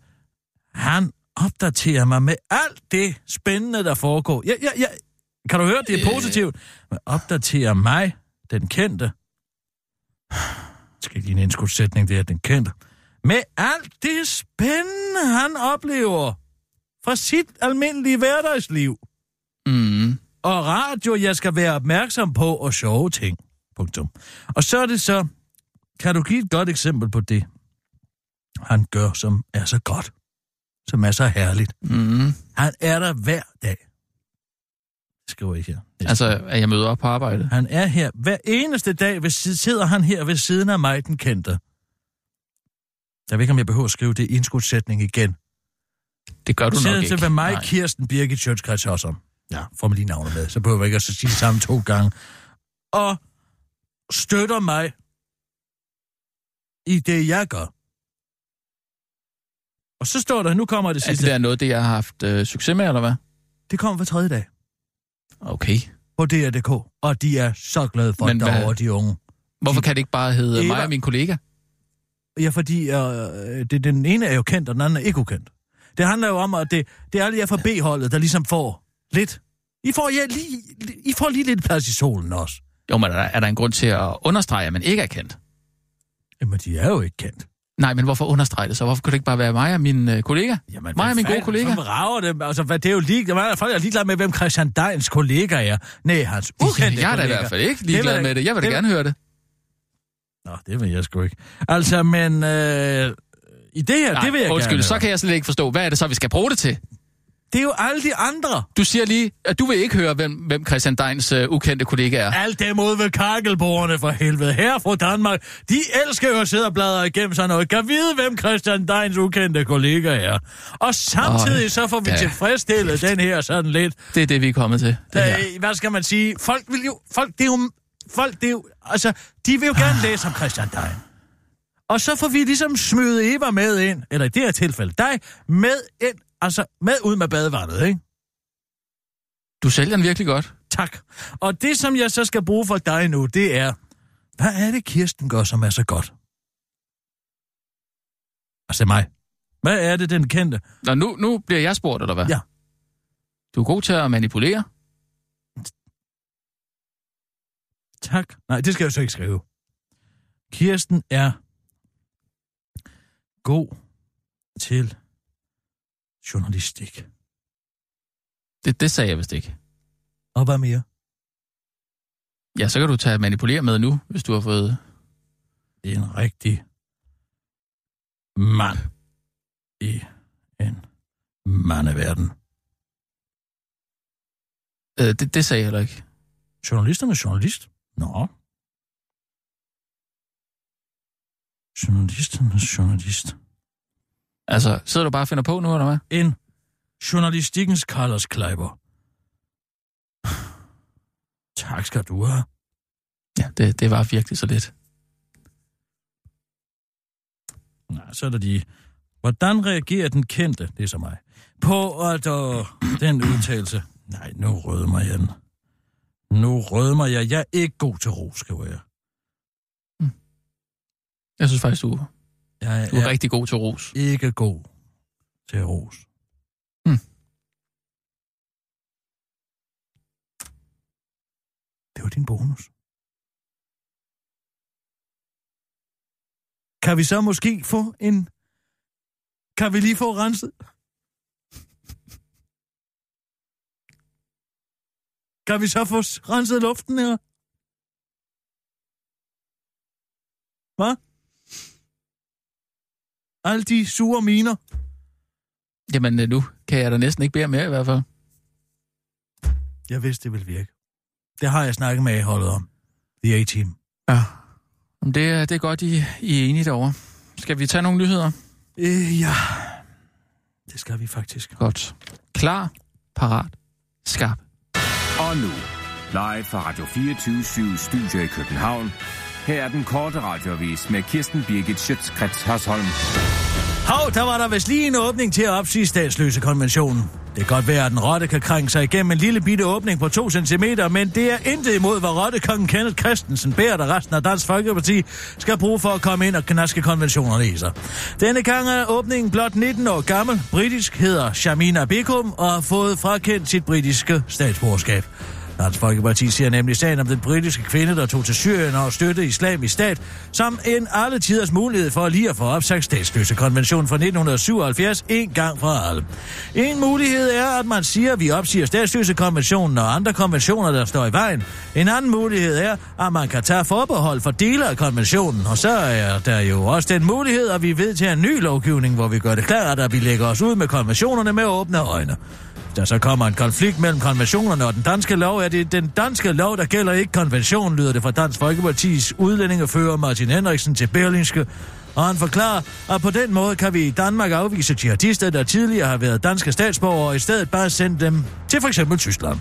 S4: han opdaterer mig med alt det spændende, der foregår. Jeg, jeg, jeg, kan du høre, det er positivt. Men opdaterer mig, den kendte. Jeg skal ikke lige en indskudsætning, det er den kendte. Med alt det spændende, han oplever fra sit almindelige hverdagsliv.
S3: Mm.
S4: Og radio, jeg skal være opmærksom på og sjove ting. Punktum. Og så er det så, kan du give et godt eksempel på det, han gør, som er så godt, som er så herligt.
S3: Mm.
S4: Han er der hver dag. Det skriver jeg her.
S3: Altså, at jeg møder op på arbejde?
S4: Han er her. Hver eneste dag ved, si- sidder han her ved siden af mig, den kendte. Jeg ved ikke, om jeg behøver at skrive det i indskudsætning igen.
S3: Det gør du nok
S4: Sidder
S3: ikke.
S4: til ved mig,
S3: Nej.
S4: Kirsten Birgit Sjøtskrets Hossum. Ja, får man lige navnet med. Så behøver jeg ikke at sige det samme to gange. Og støtter mig i det, jeg gør. Og så står der, nu kommer det
S3: Er det
S4: sidste.
S3: der noget, det jeg har haft øh, succes med, eller hvad?
S4: Det kommer hver tredje dag
S3: Okay.
S4: på DR.dk. Og de er så glade for
S3: Men
S4: det
S3: hvad-
S4: derovre, de unge.
S3: Hvorfor kan det ikke bare hedde
S4: Eva.
S3: Eva. mig og min kollega?
S4: Ja, fordi øh, det, den ene er jo kendt, og den anden er ikke ukendt. Det handler jo om, at det, det er alle jer fra B-holdet, der ligesom får lidt. I får, ja, lige, I får lige lidt plads i solen også.
S3: Jo, men er der, er der en grund til at understrege, at man ikke er kendt?
S4: Jamen, de er jo ikke kendt.
S3: Nej, men hvorfor understrege det så? Hvorfor kunne det ikke bare være mig og min øh, kollega?
S4: Jamen,
S3: mig
S4: hvad
S3: og min gode
S4: fanden,
S3: kollega?
S4: Så rager det. Altså, hvad, det er jo lige, der er folk der er ligeglade med, hvem Christian Deins kollega er. Nej, hans ukendte
S3: jeg er da i
S4: kollega.
S3: hvert fald ikke
S4: Det
S3: ligeglad
S4: vil jeg-
S3: med det. Jeg vil da
S4: det vil-
S3: gerne høre det.
S4: Nå, det vil jeg sgu ikke. Altså, men øh, I det her, Nej, det vil jeg
S9: undskyld,
S4: gerne
S9: så
S4: høre.
S9: kan jeg slet ikke forstå, hvad er det så, vi skal bruge det til?
S4: Det er jo alle de andre.
S9: Du siger lige, at du vil ikke høre, hvem, hvem Christian Deins øh, ukendte kollega er.
S4: Alt dem ude ved kakkelbordene for helvede. Her fra Danmark, de elsker jo at sidde og bladre igennem sådan noget. Kan vide, hvem Christian Deins ukendte kollega er. Og samtidig så får vi
S9: ja.
S4: tilfredsstillet den her sådan lidt.
S9: Det er det, vi er kommet til. Det her.
S4: Øh, hvad skal man sige? Folk vil jo... Folk, det er jo... Folk, det er jo... Altså, de vil jo gerne læse om Christian Dein. Og så får vi ligesom smyget Eva med ind, eller i det her tilfælde dig, med ind, altså med ud med badevandet, ikke?
S9: Du sælger den virkelig godt.
S4: Tak. Og det, som jeg så skal bruge for dig nu, det er, hvad er det, Kirsten gør, som er så godt? Altså mig. Hvad er det, den kendte?
S9: Nå, nu, nu bliver jeg spurgt, eller hvad?
S4: Ja.
S9: Du er god til at manipulere.
S4: Tak. Nej, det skal jeg så ikke skrive. Kirsten er god til journalistik.
S9: Det, det sagde jeg vist ikke.
S4: Og hvad mere?
S9: Ja, så kan du tage manipulere med nu, hvis du har fået...
S4: Det er en rigtig mand i en mandeverden.
S9: Øh, det, det sagde jeg heller ikke.
S4: Journalisterne er journalist? Nå. Journalisterne er journalist.
S9: Altså, sidder du bare og finder på nu, eller hvad?
S4: En journalistikkens Carlos Kleiber. Tak skal du have.
S9: Ja, det, det var virkelig så lidt.
S4: Nej, så er der de... Hvordan reagerer den kendte, det er så mig, på at øh, den udtalelse... Nej, nu rødmer jeg den. Nu rødmer jeg. Jeg er ikke god til ro, skriver jeg.
S9: Jeg synes faktisk, du,
S4: Jeg
S9: du er ja. rigtig god til ros.
S4: ikke god til ros.
S9: Hmm.
S4: Det var din bonus. Kan vi så måske få en... Kan vi lige få renset? Kan vi så få s- renset luften her? Hvad? Alle de sure miner.
S9: Jamen, øh, nu kan jeg da næsten ikke bede mere i hvert fald.
S4: Jeg vidste, det ville virke. Det har jeg snakket med A-holdet om. The A-team.
S9: Ja. Jamen, Det, er- det er godt, I, I er enige derovre. Skal vi tage nogle nyheder?
S4: Øh, ja. Det skal vi faktisk.
S9: Godt. Klar, parat, skarp.
S5: Og nu, live fra Radio 24 Studio i København. Her er den korte radiovis med Kirsten Birgit Schøtzgrads Hasholm.
S4: Hov, der var der vist lige en åbning til at opsige statsløsekonventionen. Det kan godt være, at en rotte kan krænke sig igennem en lille bitte åbning på 2 cm, men det er intet imod, hvad rottekongen Kenneth Christensen, Bært og resten af Dansk Folkeparti skal bruge for at komme ind og knaske konventionerne i sig. Denne gang er åbningen blot 19 år gammel, britisk, hedder Shamina Bikum og har fået frakendt sit britiske statsborgerskab. Dansk Folkeparti ser nemlig sagen om den britiske kvinde, der tog til Syrien og støttede islamisk stat, som en alle tiders mulighed for lige at få opsagt statsløsekonventionen fra 1977 en gang for alle. En mulighed er, at man siger, at vi opsiger statsløsekonventionen og andre konventioner, der står i vejen. En anden mulighed er, at man kan tage forbehold for dele af konventionen, og så er der jo også den mulighed, at vi vedtager en ny lovgivning, hvor vi gør det klart, at vi lægger os ud med konventionerne med åbne øjne. Der så kommer en konflikt mellem konventionerne og den danske lov, er det den danske lov, der gælder ikke konventionen, lyder det fra Dansk Folkepartis udlændingefører Martin Henriksen til Berlingske. Og han forklarer, at på den måde kan vi i Danmark afvise jihadister, der tidligere har været danske statsborgere, og i stedet bare sende dem til f.eks. Tyskland.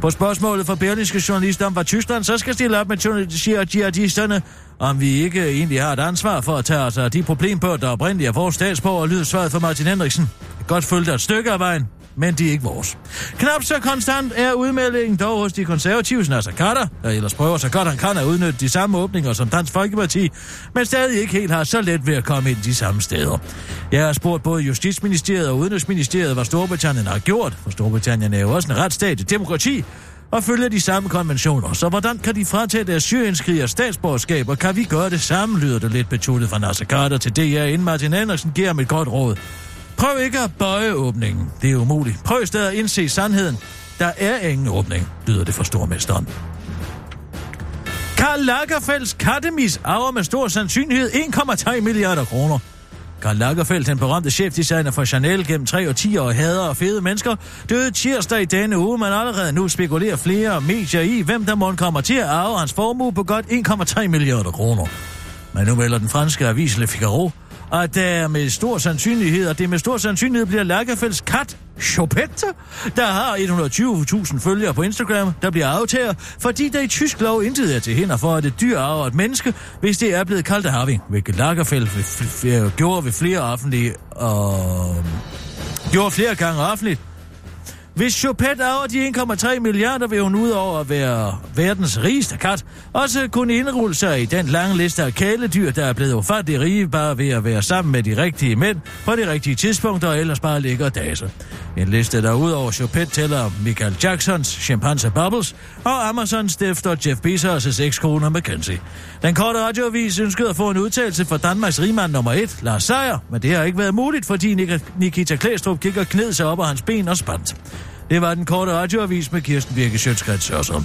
S4: På spørgsmålet fra berlingske journalister om, hvad Tyskland så skal stille op med jihad- jihadisterne, om vi ikke egentlig har et ansvar for at tage os af de problembørn, der oprindeligt er vores statsborger, lyder svaret fra Martin Henriksen. Jeg kan godt følge dig et stykke af vejen, men de er ikke vores. Knap så konstant er udmeldingen dog hos de konservative Nasser Carter, der ellers prøver så godt han kan at udnytte de samme åbninger som Dansk Folkeparti, men stadig ikke helt har så let ved at komme ind de samme steder. Jeg har spurgt både Justitsministeriet og Udenrigsministeriet, hvad Storbritannien har gjort, for Storbritannien er jo også en retsstat i demokrati, og følger de samme konventioner. Så hvordan kan de fratage deres syrienskrigers statsborgerskab, og kan vi gøre det samme, lyder det lidt betuttet fra Nasser Carter til DR, inden Martin Andersen giver ham et godt råd. Prøv ikke at bøje åbningen. Det er umuligt. Prøv i stedet at indse sandheden. Der er ingen åbning, lyder det fra stormesteren. Karl Lagerfelds Kattemis arver med stor sandsynlighed 1,3 milliarder kroner. Karl Lagerfeldt, den berømte chefdesigner for Chanel gennem tre årtier og hader og fede mennesker, døde tirsdag i denne uge, men allerede nu spekulerer flere medier i, hvem der måtte kommer til at arve hans formue på godt 1,3 milliarder kroner. Men nu melder den franske avis Le Figaro, at det er med stor sandsynlighed, at det med stor sandsynlighed bliver Lagerfelds kat, Chopette, der har 120.000 følgere på Instagram, der bliver aftager, fordi der i tysk lov intet er til hinder for, at et dyr arver et menneske, hvis det er blevet kaldt af Harving, hvilket Lagerfeld ved fl- f- f- gjorde ved flere offentlige, og gjorde flere gange offentligt. Hvis Chopette arver de 1,3 milliarder, vil hun udover at være verdens rigeste kat, også kunne indrulle sig i den lange liste af kæledyr, der er blevet ufattelig rige, bare ved at være sammen med de rigtige mænd på de rigtige tidspunkter, og ellers bare ligge og dase. En liste, der udover Chopette tæller Michael Jacksons Chimpanse Bubbles og Amazons stifter Jeff Bezos' ekskone McKenzie. Den korte radioavis ønskede at få en udtalelse fra Danmarks rigmand nummer 1, Lars Seier, men det har ikke været muligt, fordi Nik- Nikita Klæstrup gik og kned sig op af hans ben og spændt. Det var den korte radioavis med Kirsten Birke Sjøtskrets og som.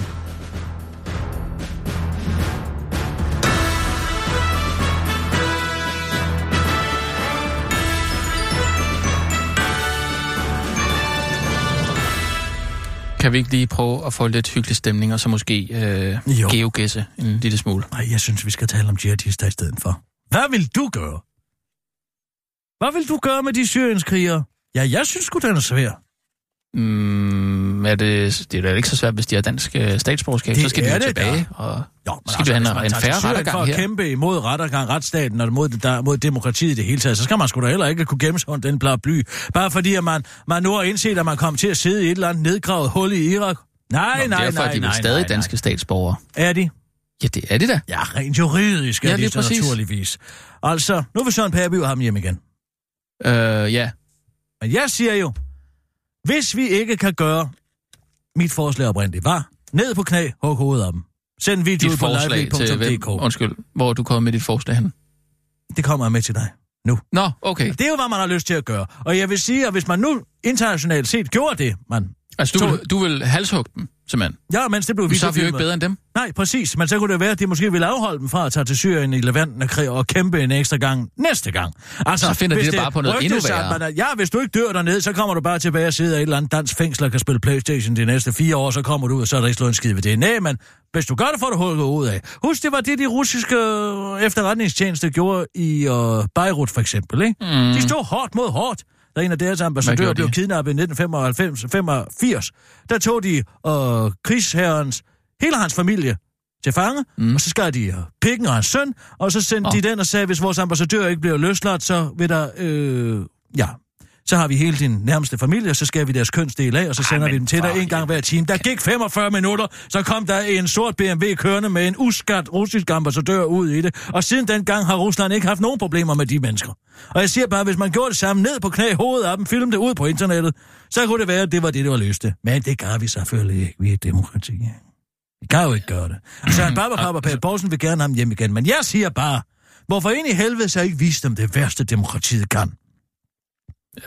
S3: Kan vi ikke lige prøve at få lidt hyggelig stemning, og så måske øh,
S4: Jo.
S3: geogæsse en lille smule?
S4: Nej, jeg synes, vi skal tale om jihadister i stedet for. Hvad vil du gøre? Hvad vil du gøre med de syrienskrigere? Ja, jeg synes sgu, den er svær.
S3: Mm, er det, det er da ikke så svært, hvis de har dansk øh, statsborgerskab.
S4: Det
S3: så skal de
S4: er
S3: jo
S4: det
S3: tilbage,
S4: da.
S3: og
S4: Jo, altså,
S3: så skal vi have en- en
S4: til
S3: færre
S4: Syrien for
S3: rettergang
S4: at
S3: her.
S4: kæmpe imod rettergang, retsstaten og mod, der, mod demokratiet i det hele taget, så skal man sgu da heller ikke kunne gemme sig under den blå bly. Bare fordi, at man, man nu har indset, at man kom til at sidde i et eller andet nedgravet hul i Irak. Nej,
S3: Nå,
S4: nej, nej,
S3: derfor
S4: nej,
S3: er de vel
S4: nej,
S3: stadig
S4: nej.
S3: danske statsborgere.
S4: Er de?
S3: Ja, det er de da.
S4: Ja, rent juridisk er
S3: Ja,
S4: ja,
S3: lige
S4: det så
S3: præcis.
S4: naturligvis. Altså, nu vil Søren Pape jo have ham hjem igen.
S3: Øh, ja.
S4: Men jeg siger jo, hvis vi ikke kan gøre mit forslag oprindeligt, var ned på knæ, hug hovedet af dem. Send video
S3: Dit
S4: på
S3: forslag til hvem?
S4: live.dk.
S3: Undskyld, hvor er du kommet med dit forslag hen?
S4: Det kommer jeg med til dig.
S3: Nå, okay.
S4: Det er jo, hvad man har lyst til at gøre. Og jeg vil sige, at hvis man nu internationalt set gjorde det, man...
S3: Altså, du,
S4: To-
S3: vil, du vil halshugge dem, simpelthen.
S4: Ja, mens det blev
S3: Men så er vi jo
S4: videofilmet.
S3: ikke bedre end dem.
S4: Nej, præcis. Men så kunne det være, at de måske ville afholde dem fra at tage til Syrien i Levanten og, krig- og kæmpe en ekstra gang næste gang. Altså,
S3: Så finder de
S4: hvis
S3: det bare på noget endnu
S4: rygtes, at
S3: værre.
S4: Man er, ja, hvis du ikke dør dernede, så kommer du bare tilbage og sidder i et eller andet dansk fængsel og kan spille Playstation de næste fire år, så kommer du ud, og så er der ikke slået en skid ved det. Nej, men hvis du gør det, får du hulket ud af. Husk, det var det, de russiske øh, efterretningstjeneste gjorde i øh, Beirut, for eksempel, ikke? Mm. De stod hårdt mod hårdt. Da en af deres ambassadører
S3: gjorde de?
S4: blev kidnappet i 1985, der tog de øh, krigsherrens, hele hans familie til fange, mm. og så skar de øh, pikken og hans søn, og så sendte oh. de den og sagde, hvis vores ambassadør ikke bliver løsladt, så vil der, øh, ja, så har vi hele din nærmeste familie, og så skærer vi deres kønsdel af, og så sender Ej, vi dem til dig en gang hver time. Der gik 45 minutter, så kom der en sort BMW kørende med en uskat russisk ambassadør ud i det, og siden dengang har Rusland ikke haft nogen problemer med de mennesker. Og jeg siger bare, hvis man gjorde det samme ned på knæ i hovedet af dem, film det ud på internettet, så kunne det være, at det var det, der var løste. Men det gør vi selvfølgelig ikke. Vi er et demokrati. ikke? Vi kan jo ikke gøre det. Så han Barberpap og Pelle Poulsen vil gerne have ham hjem igen, men jeg siger bare, hvorfor ind i helvede så ikke vise dem det værste, demokratiet kan?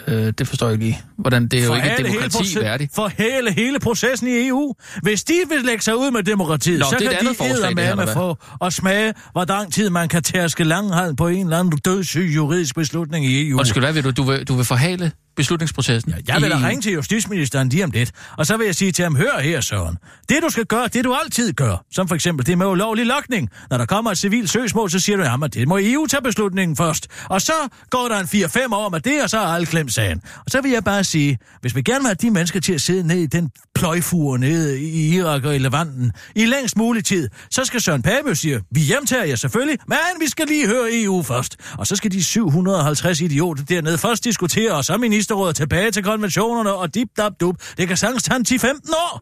S3: Øh, det forstår jeg ikke lige. Hvordan, det er jo
S4: For
S3: ikke et
S4: hele- hele
S3: demokrati
S4: proce-
S3: værdigt.
S4: For hele, hele processen i EU. Hvis de vil lægge sig ud med demokratiet,
S3: Nå,
S4: så
S3: det er et
S4: kan
S3: andet forslag, det
S4: de
S3: her,
S4: med
S3: eller
S4: at få og smage, hvor lang tid man kan tærske langhalen på en eller anden dødssyg juridisk beslutning i E EU.
S3: Undskyld, hvad vil du? Du vil, du vil forhale beslutningsprocessen? Ja,
S4: Jeg vil da ringe til justitsministeren lige om lidt, og så vil jeg sige til ham, hør her, Søren. Det du skal gøre, det du altid gør, som for eksempel det med ulovlig lokning. Når der kommer et civilt søgsmål, så siger du, jamen det må EU tage beslutningen først. Og så går der en 4-5 år med det, og så er alle klemt sagen. Og så vil jeg bare sige, hvis vi gerne vil have de mennesker til at sidde ned i den pløjfure nede i Irak og i Levanten i længst mulig tid, så skal Søren Pape sige, vi hjemtager jer selvfølgelig, men vi skal lige høre EU først. Og så skal de 750 idioter dernede først diskutere, og så ministerrådet tilbage til konventionerne, og dip dap dup. Det kan sagtens tage en 10-15 år.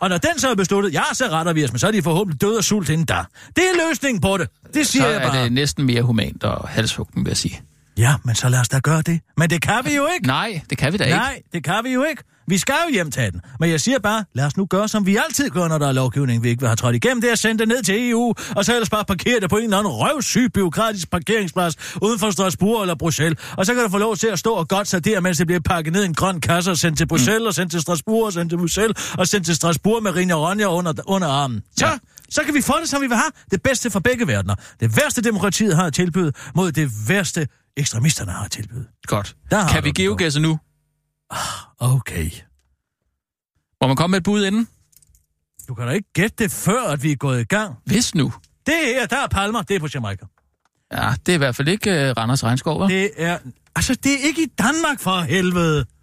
S4: Og når den så er besluttet, ja, så retter vi os, men så er de forhåbentlig døde og sult inden da. Det er løsningen på det. Det siger
S3: Så
S4: jeg
S3: er
S4: bare.
S3: det næsten mere humant at halshugge dem, vil jeg sige.
S4: Ja, men så lad os da gøre det. Men det kan vi jo ikke.
S3: Nej, det kan vi da ikke.
S4: Nej, det kan vi jo ikke. Vi skal jo hjemtage den. Men jeg siger bare, lad os nu gøre, som vi altid gør, når der er lovgivning, vi ikke vil have trådt igennem. Det er at sende det ned til EU, og så ellers bare parkere det på en eller anden røvsyg byråkratisk parkeringsplads uden for Strasbourg eller Bruxelles. Og så kan du få lov til at stå og godt sig der, mens det bliver pakket ned i en grøn kasse og sendt til Bruxelles mm. og sendt til Strasbourg og sendt til Bruxelles og sendt til Strasbourg med Rina Ronja under, under armen. Så, ja. så kan vi få det, som vi vil have. Det bedste fra begge verdener. Det værste demokratiet har at tilbyde mod det værste ekstremisterne har tilbydet.
S3: Godt.
S4: Der har
S3: Kan
S4: du
S3: vi
S4: den dog.
S3: geogæsse nu?
S4: Okay.
S3: Må man komme med et bud inden?
S4: Du kan da ikke gætte det, før at vi er gået i gang.
S3: Hvis nu.
S4: Det her, der er palmer, det er på Jamaica.
S3: Ja, det er i hvert fald ikke uh, øh, Randers Regnskov, hva'?
S4: Det er... Altså, det er ikke i Danmark for helvede.